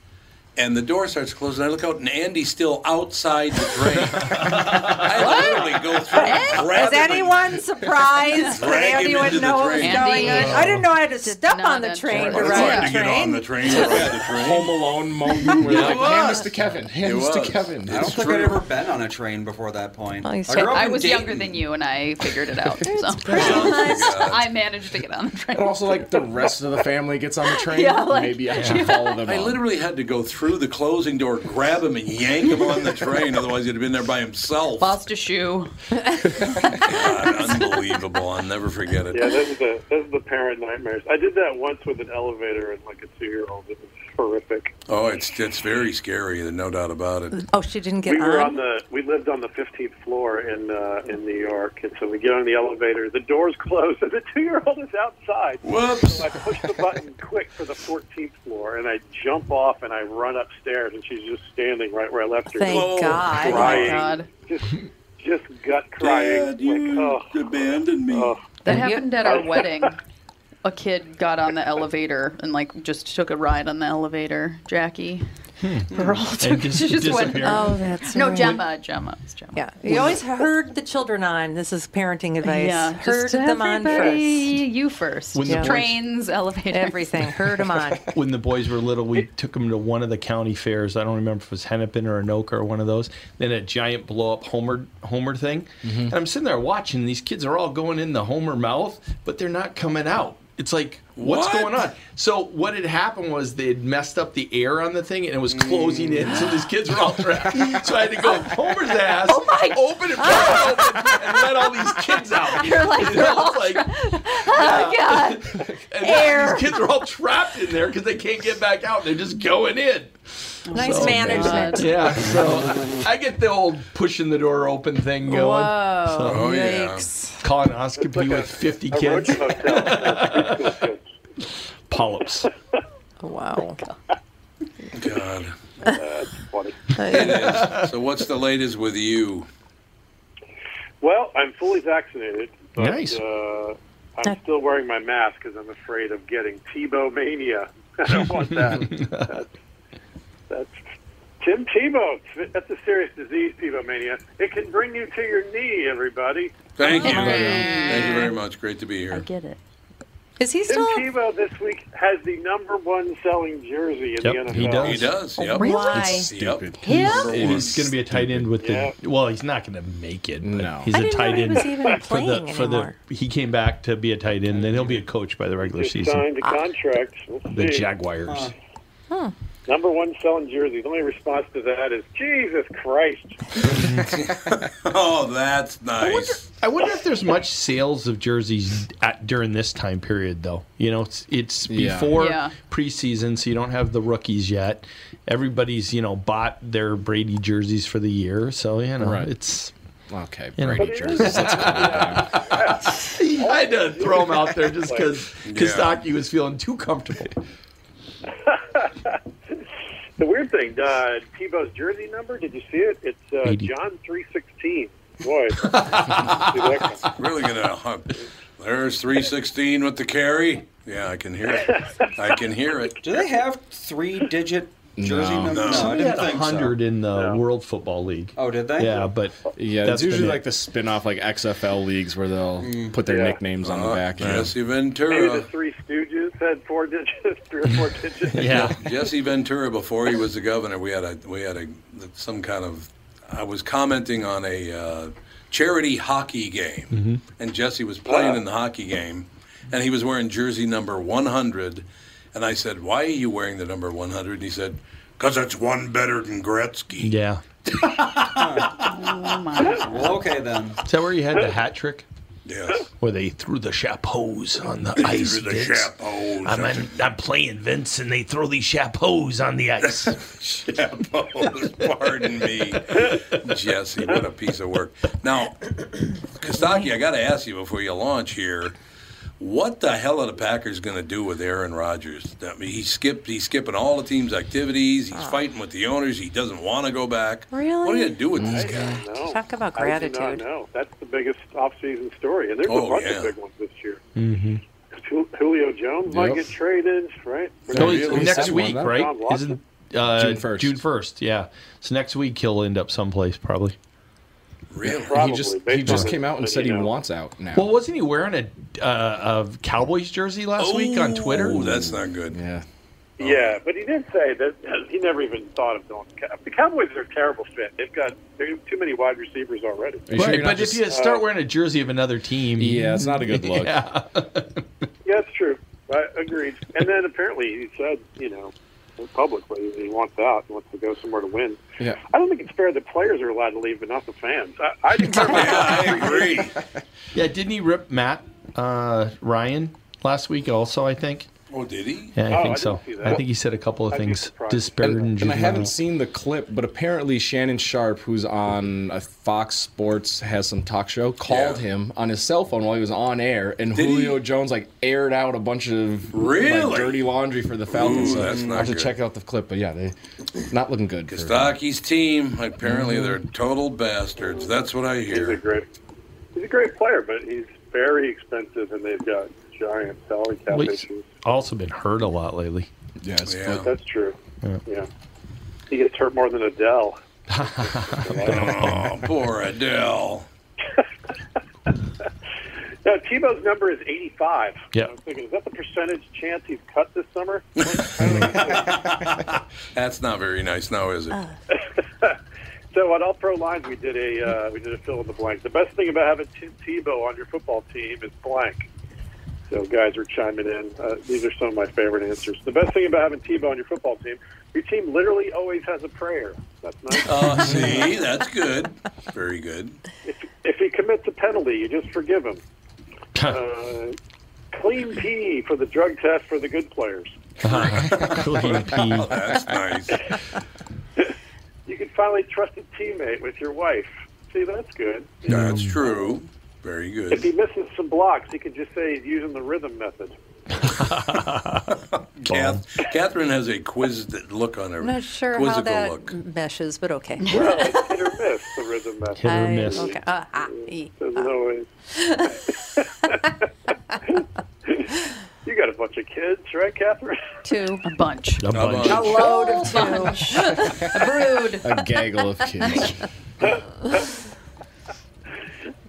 Speaker 1: and the door starts closing. I look out, and Andy's still outside the train. I literally go through. and grab
Speaker 4: Is
Speaker 1: him and
Speaker 4: anyone surprised that
Speaker 1: Drag him
Speaker 4: Andy
Speaker 1: into
Speaker 4: would
Speaker 1: the
Speaker 4: know what was
Speaker 1: train.
Speaker 4: going on?
Speaker 3: Andy
Speaker 4: I didn't know I had to step
Speaker 3: not
Speaker 4: on the
Speaker 3: enter.
Speaker 4: train to
Speaker 1: I
Speaker 3: Or
Speaker 4: ride
Speaker 1: tried
Speaker 4: the
Speaker 1: to get on
Speaker 4: train.
Speaker 1: the train to ride the
Speaker 5: Home
Speaker 1: train.
Speaker 5: Alone moment where like, hand this to Kevin, hand
Speaker 1: It
Speaker 5: this to
Speaker 1: was.
Speaker 5: Kevin.
Speaker 7: I don't
Speaker 1: It's
Speaker 7: think
Speaker 1: true.
Speaker 7: I'd ever been on a train before that point.
Speaker 4: Oh, he's
Speaker 7: I, grew up
Speaker 3: I
Speaker 7: in
Speaker 3: was
Speaker 7: Dayton.
Speaker 3: younger than you and I figured it out. so. I managed to get on the train.
Speaker 5: And also, like the rest of the family gets on the train.
Speaker 3: Yeah, like-
Speaker 5: Maybe I should follow them.
Speaker 1: I
Speaker 5: on.
Speaker 1: literally had to go through the closing door, grab him, and yank him on the train. Otherwise, he'd have been there by himself.
Speaker 3: Lost a shoe.
Speaker 1: God, unbelievable. I'll never forget it.
Speaker 11: Yeah, those are the those are the parent nightmares. I did that once with an elevator and like a two year old. It was horrific.
Speaker 1: Oh, it's it's very scary. There's no doubt about it.
Speaker 4: Oh, she didn't get
Speaker 11: we were on
Speaker 4: on.
Speaker 11: the we lived on the 15th floor in uh, in New York, and so we get on the elevator. The doors close, and the two year old is outside.
Speaker 1: Whoops.
Speaker 11: So I push the button quick for the 14th floor, and I jump off and I run upstairs, and she's just standing right where I left her,
Speaker 4: Thank
Speaker 1: Oh,
Speaker 4: God.
Speaker 3: Oh my
Speaker 11: crying,
Speaker 3: God.
Speaker 11: just just gut crying. oh.
Speaker 1: Dad, you abandoned me.
Speaker 3: That happened at our wedding. A kid got on the elevator and like just took a ride on the elevator. Jackie, Pearl took,
Speaker 4: just
Speaker 3: she just went.
Speaker 4: disappeared. Oh, that's
Speaker 3: no
Speaker 4: right.
Speaker 3: Gemma. Gemma, it's Gemma.
Speaker 4: Yeah, you always heard the children on. This is parenting advice.
Speaker 3: Yeah,
Speaker 4: heard
Speaker 3: just
Speaker 4: them on
Speaker 3: everybody,
Speaker 4: first.
Speaker 3: You first.
Speaker 2: When the boys-
Speaker 3: Trains, elevators,
Speaker 4: Everything. Heard them on.
Speaker 2: when the boys were little, we took them to one of the county fairs. I don't remember if it was Hennepin or Anoka or one of those. Then a giant blow up Homer Homer thing, and I'm sitting there watching. These kids are all going in the Homer mouth, but they're not coming out. It's like what's
Speaker 1: What?
Speaker 2: going on? So what had happened was they had messed up the air on the thing, and it was closing in. So these kids were all trapped. so I had to go Homer's ass,
Speaker 3: "Oh
Speaker 2: Oh, open it, pop it open, and let all these kids out.
Speaker 3: They're Ah." like,
Speaker 2: You know,
Speaker 3: they're all
Speaker 2: it's like,
Speaker 3: Oh God.
Speaker 2: and
Speaker 3: Air.
Speaker 2: these kids are all trapped in there because they can't get back out. They're just going in.
Speaker 4: Nice management.
Speaker 2: Yeah. So I get the old pushing the door open thing going.
Speaker 4: Whoa,
Speaker 2: So,
Speaker 4: Oh, yeah. yikes.
Speaker 2: Colonoscopy with 50 kids. Polyps.
Speaker 3: Oh,
Speaker 4: Wow.
Speaker 1: God.
Speaker 11: That's funny.
Speaker 1: It is. So what's the latest with you?
Speaker 11: Well, I'm fully vaccinated, but
Speaker 1: Nice.
Speaker 11: uh, I'm still wearing my mask because I'm afraid of getting Tebow mania. I don't want that. that's, that's Tim Tebow. That's a serious disease, Tebow mania. It can bring you to your knee, everybody.
Speaker 1: Thank you. Thank you very much. Great to be here. I
Speaker 3: get it.
Speaker 4: Is he
Speaker 11: still? Tim Tebow this week has the number one selling jersey in the NFL.
Speaker 1: He
Speaker 2: Oh,
Speaker 4: Oh,
Speaker 1: does. Yep.
Speaker 11: Why?
Speaker 2: It's stupid.
Speaker 11: Him?
Speaker 2: He's, and he's going to be a tight end with the. Well, he's not going to make it. But He's
Speaker 4: I
Speaker 2: a
Speaker 4: didn't know
Speaker 2: tight
Speaker 4: he
Speaker 2: end
Speaker 4: was even
Speaker 2: for the
Speaker 4: playing
Speaker 2: for the.
Speaker 4: anymore.
Speaker 2: He came back to be a tight end, then he'll be a coach by the regular
Speaker 11: Just
Speaker 2: season.
Speaker 11: signed a contract. We'll
Speaker 2: The
Speaker 11: see.
Speaker 2: Jaguars.
Speaker 11: Huh. Number one selling jersey. The only response to that is Jesus Christ.
Speaker 1: oh, that's nice.
Speaker 2: I wonder if there's much sales of jerseys at, during this time period, though. You know, it's, it's
Speaker 1: Yeah.
Speaker 2: before
Speaker 1: Yeah.
Speaker 2: preseason, so you don't have the rookies yet. Everybody's you know bought their Brady jerseys for the year, so you know
Speaker 5: Right.
Speaker 2: it's
Speaker 5: Okay,
Speaker 2: you know.
Speaker 5: Brady jerseys. Let's calm
Speaker 2: I had to throw him out there just because
Speaker 11: Yeah.
Speaker 2: Kostaki was feeling too comfortable.
Speaker 11: The weird thing, uh, Tebow's jersey number. Did you see it? It's uh,
Speaker 2: Eighty.
Speaker 11: John three sixteen. Boy, see that coming.
Speaker 1: Really gonna hump. There's 316 with the carry. Yeah, I can hear it. I can hear it.
Speaker 7: Do they have three-digit jersey
Speaker 2: No.
Speaker 7: numbers? No, I
Speaker 2: Somebody
Speaker 7: didn't
Speaker 2: had
Speaker 7: think so.
Speaker 2: 100 in the World Football League.
Speaker 7: Oh, did they?
Speaker 2: Yeah, but
Speaker 5: Yeah,
Speaker 2: that's
Speaker 5: it's usually
Speaker 2: been it.
Speaker 5: like the spin-off like XFL leagues where they'll
Speaker 1: Mm.
Speaker 5: put their
Speaker 11: yeah.
Speaker 5: nicknames
Speaker 1: Uh,
Speaker 5: on the back. yeah.
Speaker 1: Jesse
Speaker 11: Maybe the
Speaker 1: Ventura.
Speaker 11: Three Stooges had four digits, three or four digits.
Speaker 1: Jesse Ventura. Before he was the governor, we had a we had a some kind of. I was commenting on a uh, charity hockey game, and Jesse was playing in the hockey game, and he was wearing jersey number 100, and I said, "Why are you wearing the number 100?" And he said, "Cause it's one better than Gretzky."
Speaker 2: Yeah.
Speaker 3: Oh my God.
Speaker 7: Well, okay then.
Speaker 2: Is that where you had the hat trick?
Speaker 1: Yes.
Speaker 2: Where they threw the chapeaus on the ice.
Speaker 1: Through the
Speaker 2: Vince.
Speaker 1: chapeaus.
Speaker 2: I'm, in- I'm playing Vince, and they throw these chapeaus on the ice.
Speaker 1: Chapeaus, pardon me. Jesse, what a piece of work. Now, Kostaki, I got to ask you before you launch here, what the hell are the Packers going to do with Aaron Rodgers? I mean, he skipped, he's skipping all the team's activities. He's fighting with the owners. He doesn't want to go back. What are you
Speaker 4: Really?
Speaker 1: going to do with this guy?
Speaker 11: No,
Speaker 4: Talk about
Speaker 11: I do not
Speaker 4: gratitude.
Speaker 11: know. That's the biggest off-season story, and there's
Speaker 1: Oh,
Speaker 11: a bunch
Speaker 1: yeah.
Speaker 11: of big ones this year.
Speaker 2: Mm-hmm.
Speaker 11: Jul- Julio Jones might
Speaker 2: Yep.
Speaker 11: get traded, right?
Speaker 2: next week, right?
Speaker 11: John Watson.
Speaker 2: Isn't uh,
Speaker 5: June 1st.
Speaker 2: June 1st, yeah. So next week he'll end up someplace probably.
Speaker 1: Really?
Speaker 5: He just he just came out and said he wants out now.
Speaker 2: Well, wasn't he wearing a uh, a Cowboys jersey last week on Twitter?
Speaker 1: Oh, that's not good.
Speaker 5: Yeah.
Speaker 2: Oh.
Speaker 11: Yeah, but he did say that uh, he never even thought of going. The Cowboys are a terrible fit. They've got they have too many wide receivers already.
Speaker 2: Right, but if you start wearing a jersey of another team,
Speaker 5: Yeah, it's not a good look.
Speaker 2: yeah.
Speaker 11: Yeah, it's true. I agreed. And then apparently he said, you know, publicly that he wants out, and wants to go somewhere to win.
Speaker 5: Yeah.
Speaker 11: I don't think it's fair that players are allowed to leave, but not the fans. I, I think
Speaker 1: I agree.
Speaker 2: Yeah, didn't he rip Matt uh, Ryan last week also? I think.
Speaker 1: Oh, did he?
Speaker 2: Yeah, I
Speaker 1: Oh, I
Speaker 2: think
Speaker 1: didn't
Speaker 2: so.
Speaker 1: see that.
Speaker 2: I think he said a couple of
Speaker 1: I'd be
Speaker 2: things.
Speaker 1: surprised.
Speaker 2: Disparaging.
Speaker 5: And, and I
Speaker 2: juvenile.
Speaker 5: haven't seen the clip, but apparently Shannon Sharp, who's on uh, Fox Sports, has some talk show, called him on his cell phone while he was on air, and
Speaker 1: Did
Speaker 5: Julio Jones like aired out a bunch of
Speaker 1: Really?
Speaker 5: like, dirty laundry for the Falcons.
Speaker 1: Ooh,
Speaker 5: so
Speaker 1: that's
Speaker 5: I
Speaker 1: not
Speaker 5: have to
Speaker 1: good.
Speaker 5: check out the clip, but yeah, they not looking good. for-
Speaker 1: Stocky's team.
Speaker 2: Mm-hmm.
Speaker 1: Apparently, they're total bastards. That's what I hear. He's a
Speaker 11: great. He's a great player, but he's very expensive, and they've got giant salary cap
Speaker 2: Well, he's
Speaker 11: issues.
Speaker 2: also been hurt a lot lately.
Speaker 5: Yeah,
Speaker 11: That's true.
Speaker 2: Yeah.
Speaker 11: Yeah. He gets hurt more than Adele.
Speaker 1: oh, poor Adele.
Speaker 11: No, Tebow's number is 85.
Speaker 1: Yep.
Speaker 11: I was thinking, is that the percentage chance he's cut this summer?
Speaker 1: That's not very nice now, is it?
Speaker 4: Uh.
Speaker 11: so on All Pro Lines, we did a uh, we did a fill in the blank. The best thing about having Tim Tebow on your football team is blank. So guys are chiming in. Uh, these are some of my favorite answers. The best thing about having Tebow on your football team, your team literally always has a prayer. That's nice.
Speaker 1: Oh, see, that's good. Very good.
Speaker 11: If he commits a penalty, you just forgive him. uh, clean pee for the drug test for the good players.
Speaker 2: Clean pee.
Speaker 1: Oh, that's nice.
Speaker 11: You can finally trust a teammate with your wife. See, that's good.
Speaker 1: That's true. Very
Speaker 11: If he
Speaker 1: good.
Speaker 11: misses some blocks, he can just say he's using the rhythm method.
Speaker 1: Kath, Catherine has a quizzed look on her.
Speaker 4: I'm not sure how
Speaker 1: quizzical
Speaker 4: that
Speaker 1: look.
Speaker 4: meshes, but okay.
Speaker 11: Well, it's hit or miss, the rhythm method.
Speaker 4: Hit or I- miss. okay. Uh, ah, e,
Speaker 11: There's
Speaker 4: ah.
Speaker 11: no way. you got a bunch of kids, right, Catherine?
Speaker 4: Two.
Speaker 3: A bunch.
Speaker 2: A bunch.
Speaker 4: A load of two.
Speaker 3: a brood.
Speaker 5: A gaggle of kids.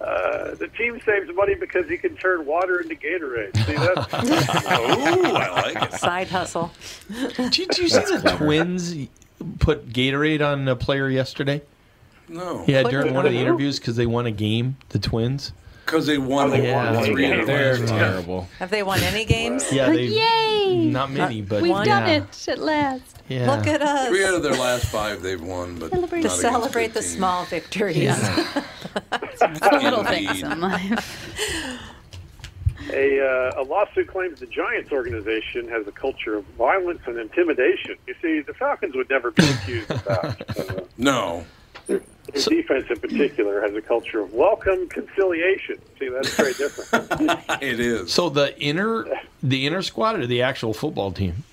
Speaker 11: Uh, the team saves money because he can turn water into Gatorade. See, that's...
Speaker 1: Ooh, I like it.
Speaker 4: Side hustle.
Speaker 2: Did you see the Twins put Gatorade on a player yesterday?
Speaker 1: No.
Speaker 2: Yeah, during one of the interviews because they won a game. The Twins.
Speaker 1: Because they won
Speaker 2: Oh, they won
Speaker 1: one,
Speaker 2: one
Speaker 1: three in a
Speaker 2: game.
Speaker 1: row.
Speaker 2: They're terrible.
Speaker 4: Have they won any games? Uh,
Speaker 2: Yeah, they.
Speaker 3: Yay!
Speaker 2: Not many, but
Speaker 3: We've
Speaker 2: yeah.
Speaker 3: done it at last.
Speaker 2: Yeah.
Speaker 4: Look at us.
Speaker 1: Three out of their last five they've won, but
Speaker 3: Celebrate.
Speaker 1: not
Speaker 4: to
Speaker 1: against
Speaker 4: celebrate the
Speaker 1: good teams.
Speaker 4: small victories.
Speaker 3: The little things
Speaker 1: Indeed.
Speaker 3: in life.
Speaker 11: A, uh, a lawsuit claims the Giants organization has a culture of violence and intimidation. You see, the Falcons would never be accused of that. Uh,
Speaker 1: No.
Speaker 11: their defense, in particular, has a culture of welcome conciliation. See, that's very different.
Speaker 1: It is.
Speaker 2: So the inner, the inner squad or the actual football team?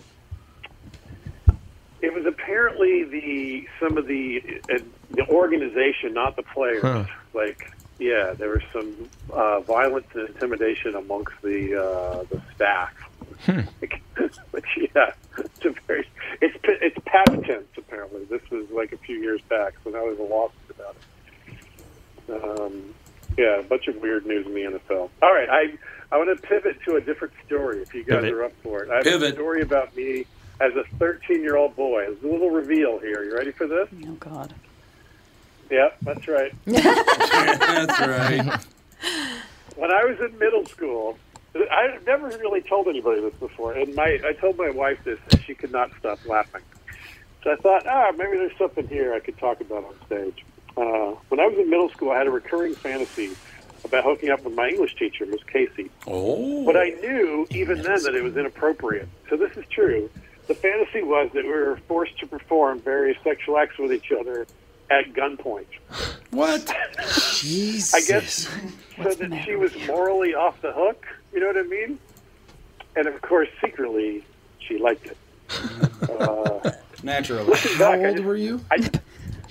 Speaker 11: it was apparently the some of the uh, the organization, not the players.
Speaker 2: Huh.
Speaker 11: Like, yeah, there was some uh, violence and intimidation amongst the uh, the staff.
Speaker 2: Hmm.
Speaker 11: Which, yeah, it's a very it's it's patent apparently. This was like a few years back, so now there's a lawsuit about it. Um, yeah, a bunch of weird news in the NFL. All right, I I want to pivot to a different story if you guys
Speaker 2: Pivot.
Speaker 11: are up for it. I have
Speaker 1: Pivot.
Speaker 11: a story about me as a 13 year old boy. There's a little reveal here. You ready for this?
Speaker 3: Oh God.
Speaker 11: Yeah, that's right.
Speaker 1: That's right.
Speaker 11: when I was in middle school, I never really told anybody this before, and my I told my wife this, and she could not stop laughing. So I thought, ah, maybe there's something here I could talk about on stage. Uh, when I was in middle school, I had a recurring fantasy about hooking up with my English teacher, Miss Casey.
Speaker 1: Oh.
Speaker 11: But I knew even then that it was inappropriate. So this is true. The fantasy was that we were forced to perform various sexual acts with each other at gunpoint.
Speaker 1: What?
Speaker 5: Jesus.
Speaker 11: I guess so that she was morally off the hook. You know what I mean? And of course, secretly, she liked it. Uh,
Speaker 7: Naturally.
Speaker 11: back,
Speaker 5: How old were you?
Speaker 11: I,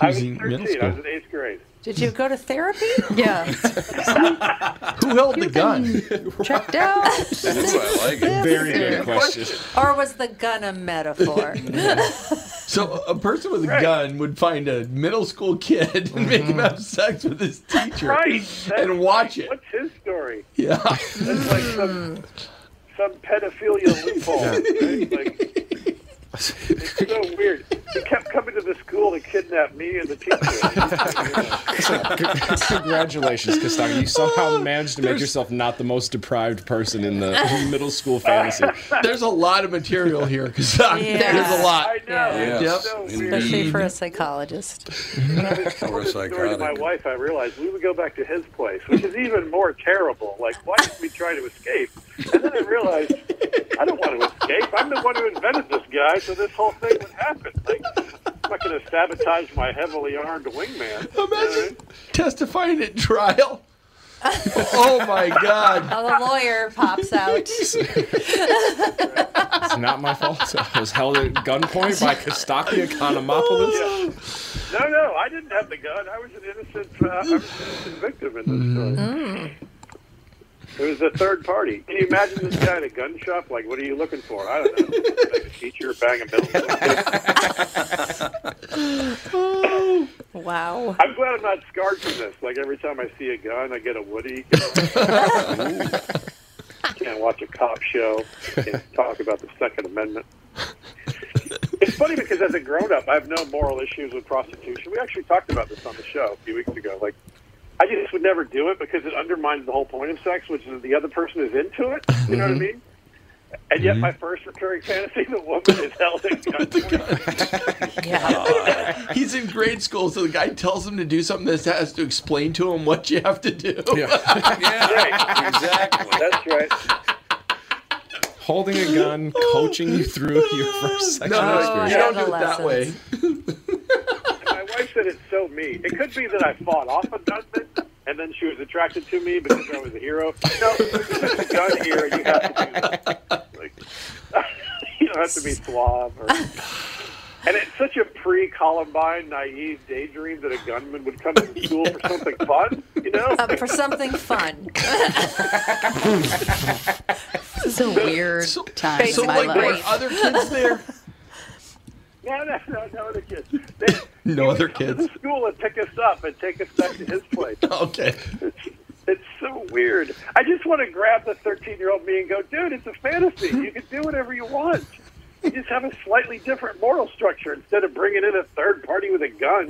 Speaker 11: I was
Speaker 2: He was in middle
Speaker 11: 13. I was
Speaker 2: school.
Speaker 11: in eighth grade.
Speaker 4: Did you go to therapy?
Speaker 3: Yeah.
Speaker 2: Who held the gun?
Speaker 3: Checked out.
Speaker 1: That's what I like it.
Speaker 5: Very good question.
Speaker 4: Or was the gun a metaphor?
Speaker 2: So a person with a
Speaker 11: Right.
Speaker 2: gun would find a middle school kid and make
Speaker 4: Mm-hmm.
Speaker 2: him have sex with his teacher
Speaker 11: Right.
Speaker 2: and watch it.
Speaker 11: What's his story?
Speaker 2: Yeah.
Speaker 11: That's like some some pedophilia loophole. right? Like, it's so weird. He kept coming to the school to kidnap me and the teacher.
Speaker 5: Congratulations, Kostaki. You
Speaker 2: Oh,
Speaker 5: somehow managed to make yourself not the most deprived person in the middle school fantasy.
Speaker 2: There's a lot of material here, Kostaki.
Speaker 4: Yeah.
Speaker 2: There's a lot.
Speaker 4: I know,
Speaker 5: it's
Speaker 2: Yep.
Speaker 5: so
Speaker 4: Especially for a psychologist.
Speaker 1: Or
Speaker 11: story
Speaker 1: a
Speaker 11: to my
Speaker 1: psychotic.
Speaker 11: wife, I realized we would go back to his place, which is even more terrible. Like, why did we try to escape? And then I realized I don't want to escape. I'm the one who invented this guy, so this whole thing would happen. Like, I'm not going to sabotage my heavily armed wingman.
Speaker 2: Imagine testifying at trial. oh my God.
Speaker 4: Oh, the lawyer pops out.
Speaker 5: It's not my fault. I was held at gunpoint by Kostaki
Speaker 2: Oh,
Speaker 5: Economopoulos.
Speaker 11: No, no, I didn't have the gun. I was an innocent, uh, I was an innocent victim in this story.
Speaker 4: Hmm.
Speaker 11: It was a third party. Can you imagine this guy at a gun shop? Like, what are you looking for? I don't know. Like a teacher, bang a bill.
Speaker 4: wow.
Speaker 11: I'm glad I'm not scarred from this. Like every time I see a gun, I get a Woody. Can't watch a cop show. Can't talk about the Second Amendment. It's funny because as a grown up, I have no moral issues with prostitution. We actually talked about this on the show a few weeks ago. Like, I just would never do it because it undermines the whole point of sex, which is that the other person is into it. You know what I
Speaker 8: Mhm.
Speaker 11: mean? And yet, my first recurring fantasy, the woman is held in gunpoint.
Speaker 2: He's in grade school, so the guy tells him to do something that has to explain to him what you have to do. Mm-hmm.
Speaker 11: exactly. That's right.
Speaker 5: Holding a gun,
Speaker 2: Oh,
Speaker 5: coaching you through your first sexual
Speaker 2: No,
Speaker 5: experience.
Speaker 2: you don't do it that way.
Speaker 11: My wife said it's so me. It could be that I fought off a gunman, and then she was attracted to me because I was a hero. No, there's a gun here, and you have to do that. Like, you don't have to be suave. Or... And it's such a pre-Columbine naive daydream that a gunman would come to school for something fun, you know?
Speaker 4: Uh, for something fun.
Speaker 3: This is a weird time.
Speaker 4: so,
Speaker 3: in my
Speaker 4: like,
Speaker 3: life.
Speaker 4: there were other kids
Speaker 2: there?
Speaker 11: No, no, no, no, the kids. They
Speaker 2: No other
Speaker 11: come to
Speaker 2: kids.
Speaker 11: the school and pick us up and take us back to his place.
Speaker 2: Okay.
Speaker 11: It's so weird. I just want to grab the 13 year old me and go, dude, it's a fantasy. You can do whatever you want. You just have a slightly different moral structure instead of bringing in a third party with a gun.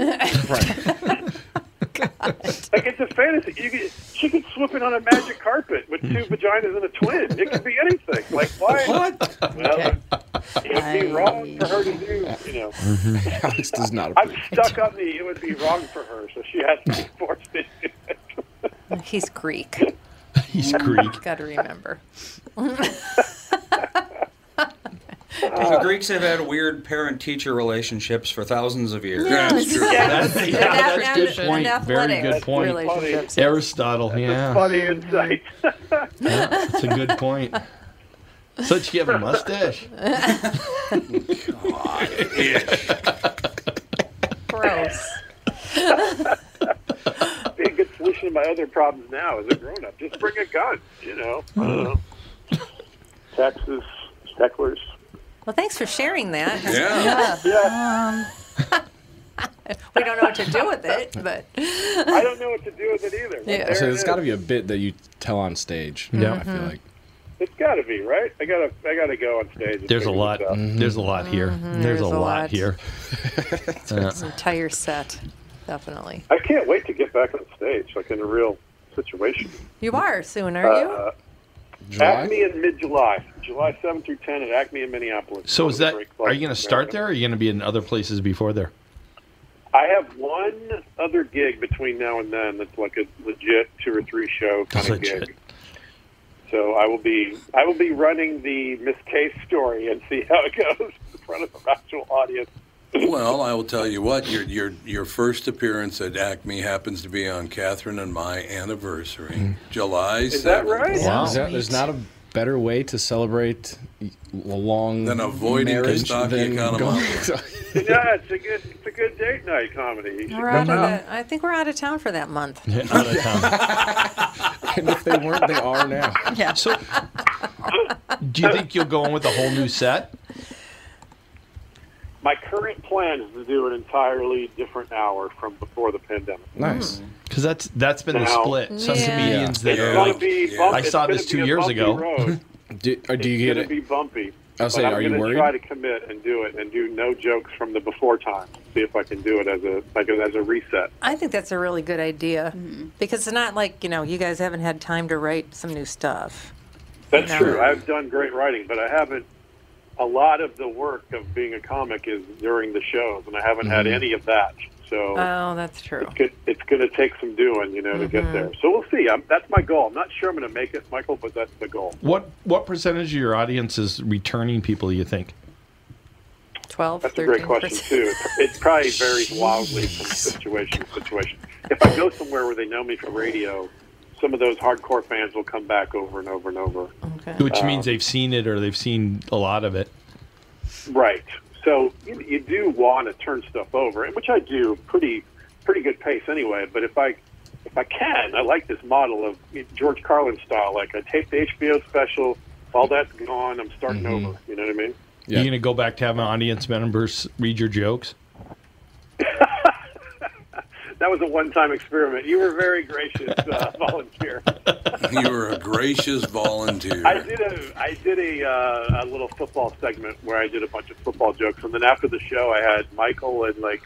Speaker 11: Like, it's a fantasy. You could, she could swoop in on a magic carpet with two vaginas and a twin. It could be anything. Like, why? What? Well, it would be wrong for her to do, you know.
Speaker 5: Alex does not
Speaker 11: I'm
Speaker 5: approve.
Speaker 11: stuck on the, it would be wrong for her, so she has to be forced into it.
Speaker 4: He's Greek.
Speaker 2: He's Greek.
Speaker 4: Got to remember.
Speaker 5: uh,
Speaker 7: The Greeks have had weird parent-teacher relationships for thousands of years.
Speaker 4: Yeah, That's it's- true. yeah.
Speaker 2: That's- yeah,
Speaker 4: That
Speaker 2: that's a
Speaker 4: and-
Speaker 2: good
Speaker 4: and
Speaker 2: point. Very
Speaker 4: athletic
Speaker 2: good point.
Speaker 4: relationships.
Speaker 2: Aristotle, yeah.
Speaker 11: Funny insight.
Speaker 2: Yeah, That's a good point. So did you have a mustache?
Speaker 4: Gross.
Speaker 11: be a good solution to my other problems now as a grown up. Just bring a gun, you know. I don't know. Taxes, hecklers.
Speaker 4: Well, thanks for sharing that.
Speaker 11: Yeah.
Speaker 4: Um, we don't know what to do with it, but
Speaker 11: I don't know what to do with it either. but
Speaker 4: Yeah.
Speaker 11: there
Speaker 5: So
Speaker 11: it
Speaker 5: there's
Speaker 11: is.
Speaker 5: got to be a bit that you tell on stage.
Speaker 2: Yeah.
Speaker 5: I feel like
Speaker 11: Hmm. It's got to be right. I gotta, I gotta go on stage. and
Speaker 2: There's a
Speaker 11: figure
Speaker 2: lot. Mm-hmm.
Speaker 11: this out.
Speaker 2: There's a lot here. Mm-hmm. There's a lot here. Uh, Yeah.
Speaker 4: it's an entire set, definitely.
Speaker 11: I can't wait to get back on stage, like in a real situation.
Speaker 4: You are soon, aren't you?
Speaker 11: Uh,
Speaker 2: July?
Speaker 11: Acme in mid-July, July 7 through 10 at Acme in Minneapolis.
Speaker 2: So is that?
Speaker 11: Great club
Speaker 2: Are you going to
Speaker 11: in
Speaker 2: start
Speaker 11: America.
Speaker 2: there? or Are you going to be in other places before there?
Speaker 11: I have one other gig between now and then that's like a legit two or three show kind of
Speaker 2: Legit.
Speaker 11: gig. So I will be I will be running the Miss Case story and see how it goes in front of an actual audience.
Speaker 1: Well, I will tell you what your your your first appearance at Acme happens to be on Catherine and my anniversary, July.
Speaker 11: Is that
Speaker 1: 7th.
Speaker 11: right?
Speaker 5: Is that- there's not a better way to celebrate a long
Speaker 1: Than avoiding
Speaker 5: marriage
Speaker 1: Kostaki
Speaker 5: than
Speaker 1: Economopoulos.
Speaker 5: going-
Speaker 11: yeah, it's a good it's a good date night comedy. You should
Speaker 4: We're
Speaker 11: come
Speaker 4: out of
Speaker 11: out.
Speaker 4: the, I think we're out of town for that month.
Speaker 5: and if they weren't, they are now.
Speaker 4: Yeah.
Speaker 2: So, do you think you'll go in with a whole new set?
Speaker 11: My current plan is to do an entirely different hour from before the pandemic.
Speaker 2: Nice. Because that's that's been the
Speaker 11: Now-
Speaker 2: split. Some
Speaker 11: Yeah.
Speaker 2: comedians that
Speaker 11: It's
Speaker 2: are
Speaker 11: gonna
Speaker 2: like,
Speaker 11: be bump-
Speaker 2: I
Speaker 11: it's
Speaker 2: saw
Speaker 11: gonna
Speaker 2: this
Speaker 11: be
Speaker 2: two
Speaker 11: a
Speaker 2: years
Speaker 11: bumpy
Speaker 2: ago.
Speaker 11: road.
Speaker 5: do, or do
Speaker 11: it's
Speaker 5: you get
Speaker 11: gonna
Speaker 5: it?
Speaker 11: be bumpy.
Speaker 5: I was
Speaker 11: But
Speaker 5: saying,
Speaker 11: I'm
Speaker 5: are you
Speaker 11: gonna
Speaker 5: worried?
Speaker 11: Try to commit and do it, and do no jokes from the before time. See if I can do it as a like as a reset.
Speaker 4: I think that's a really good idea because it's not like, you know, you guys haven't had time to write some new stuff.
Speaker 11: That's
Speaker 4: No.
Speaker 11: true. I've done great writing, but I haven't. A lot of the work of being a comic is during the shows, and I haven't had
Speaker 5: Mm-hmm.
Speaker 4: Mhm.
Speaker 11: any of that. So
Speaker 4: Oh, Mm-hmm. that's true.
Speaker 11: it's good, it's going to take some doing, you know, to get there. So we'll see. I'm, that's my goal. I'm not sure I'm going to make it, Michael, but that's the goal.
Speaker 2: What what percentage of your audience is returning people? You think?
Speaker 4: 12,
Speaker 11: That's a great question too. It probably varies wildly from situation to situation. If I go somewhere where they know me from radio, some of those hardcore fans will come back over and over and over.
Speaker 2: Which
Speaker 11: Um,
Speaker 2: means they've seen it or they've seen a lot of it.
Speaker 11: Right. So you, you do want to turn stuff over, and which I do pretty pretty good pace anyway. But if I if I can, I like this model of George Carlin style. Like I tape the HBO special, all that's gone. I'm starting
Speaker 2: Mhm.
Speaker 11: over. You know what I mean?
Speaker 2: You're going to go back to having audience members read your jokes.
Speaker 11: That was a one-time experiment. You were very gracious uh, volunteer.
Speaker 1: you were a gracious volunteer.
Speaker 11: I did a I did a, uh, a little football segment where I did a bunch of football jokes, and then after the show, I had Michael and like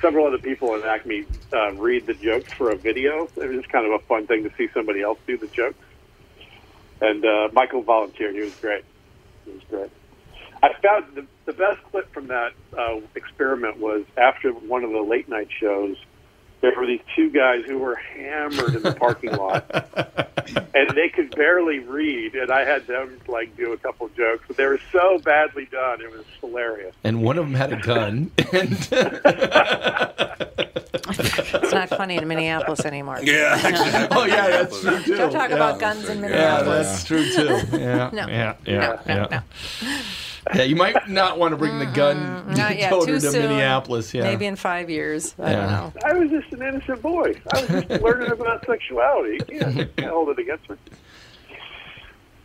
Speaker 11: several other people in Acme uh, read the jokes for a video. It was just kind of a fun thing to see somebody else do the jokes. And uh, Michael volunteered. He was great. He was great. I found the, the best clip from that uh, experiment was after one of the late night shows. There were these two guys who were hammered in the parking lot, and they could barely read. And I had them like do a couple jokes, but they were so badly done; it was hilarious.
Speaker 2: And one of them had a gun.
Speaker 4: It's not funny in Minneapolis anymore.
Speaker 1: Yeah,
Speaker 2: oh yeah, that's true too.
Speaker 4: Don't talk
Speaker 2: Yeah.
Speaker 4: about guns in
Speaker 2: Yeah,
Speaker 4: Minneapolis.
Speaker 2: that's true too. Yeah,
Speaker 4: No.
Speaker 2: yeah, yeah,
Speaker 4: No,
Speaker 2: yeah.
Speaker 4: no,
Speaker 2: Yeah, you might not want to bring the gun
Speaker 4: Uh-uh. Not yet.
Speaker 2: toter
Speaker 4: Too
Speaker 2: to
Speaker 4: soon.
Speaker 2: Minneapolis. Yeah,
Speaker 4: Maybe in five years. I
Speaker 2: Yeah.
Speaker 4: don't know.
Speaker 11: I was just an innocent boy. I was just learning about sexuality. You can't, you can't hold it against me.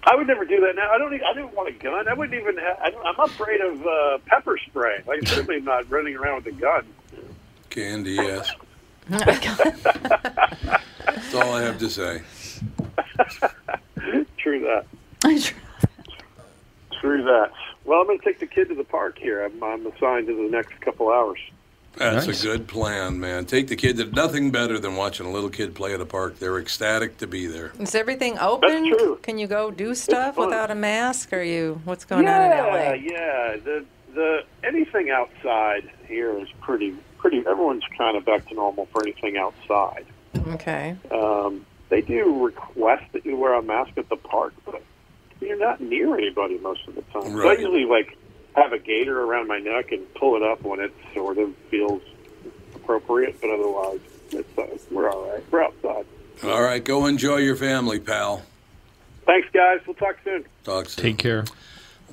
Speaker 11: I would never do that now. I don't. Even, I didn't want a gun. I wouldn't even. Have, I don't, I'm afraid of uh, pepper spray. Like certainly not running around with a gun.
Speaker 1: Candy, yes. That's all I have to say.
Speaker 11: True that. True that. Well, I'm going to take the kid to the park here. I'm, I'm assigned to the next couple hours.
Speaker 1: That's
Speaker 2: Nice.
Speaker 1: a good plan, man. Take the kid to nothing better than watching a little kid play at a park. They're ecstatic to be there.
Speaker 4: Is everything open? Can you go do stuff without a mask? Are you? What's going
Speaker 11: yeah,
Speaker 4: on in LA?
Speaker 11: yeah. The the anything outside here is pretty pretty. Everyone's kind of back to normal for anything outside.
Speaker 4: Okay.
Speaker 11: Um, they do request that you wear a mask at the park, but you're not near anybody most of the time. So I
Speaker 1: Right.
Speaker 11: usually like have a gaiter around my neck and pull it up when it sort of feels appropriate, but otherwise, it's, uh, we're all right. We're outside.
Speaker 1: All right, go enjoy your family, pal.
Speaker 11: Thanks, guys. We'll talk soon.
Speaker 1: Talk soon.
Speaker 2: Take care.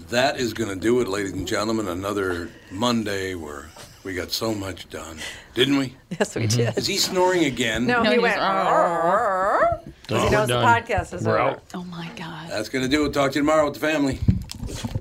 Speaker 1: That is going to do it, ladies and gentlemen. Another Monday where we got so much done, didn't we?
Speaker 4: Yes, we did.
Speaker 1: Is he snoring again?
Speaker 4: No, he went. "Arr," 'cause
Speaker 1: Oh,
Speaker 4: he knows
Speaker 1: we're
Speaker 4: the
Speaker 1: done.
Speaker 4: podcast is
Speaker 1: We're
Speaker 4: over.
Speaker 1: out. That's going to do it. Talk to you tomorrow with the family.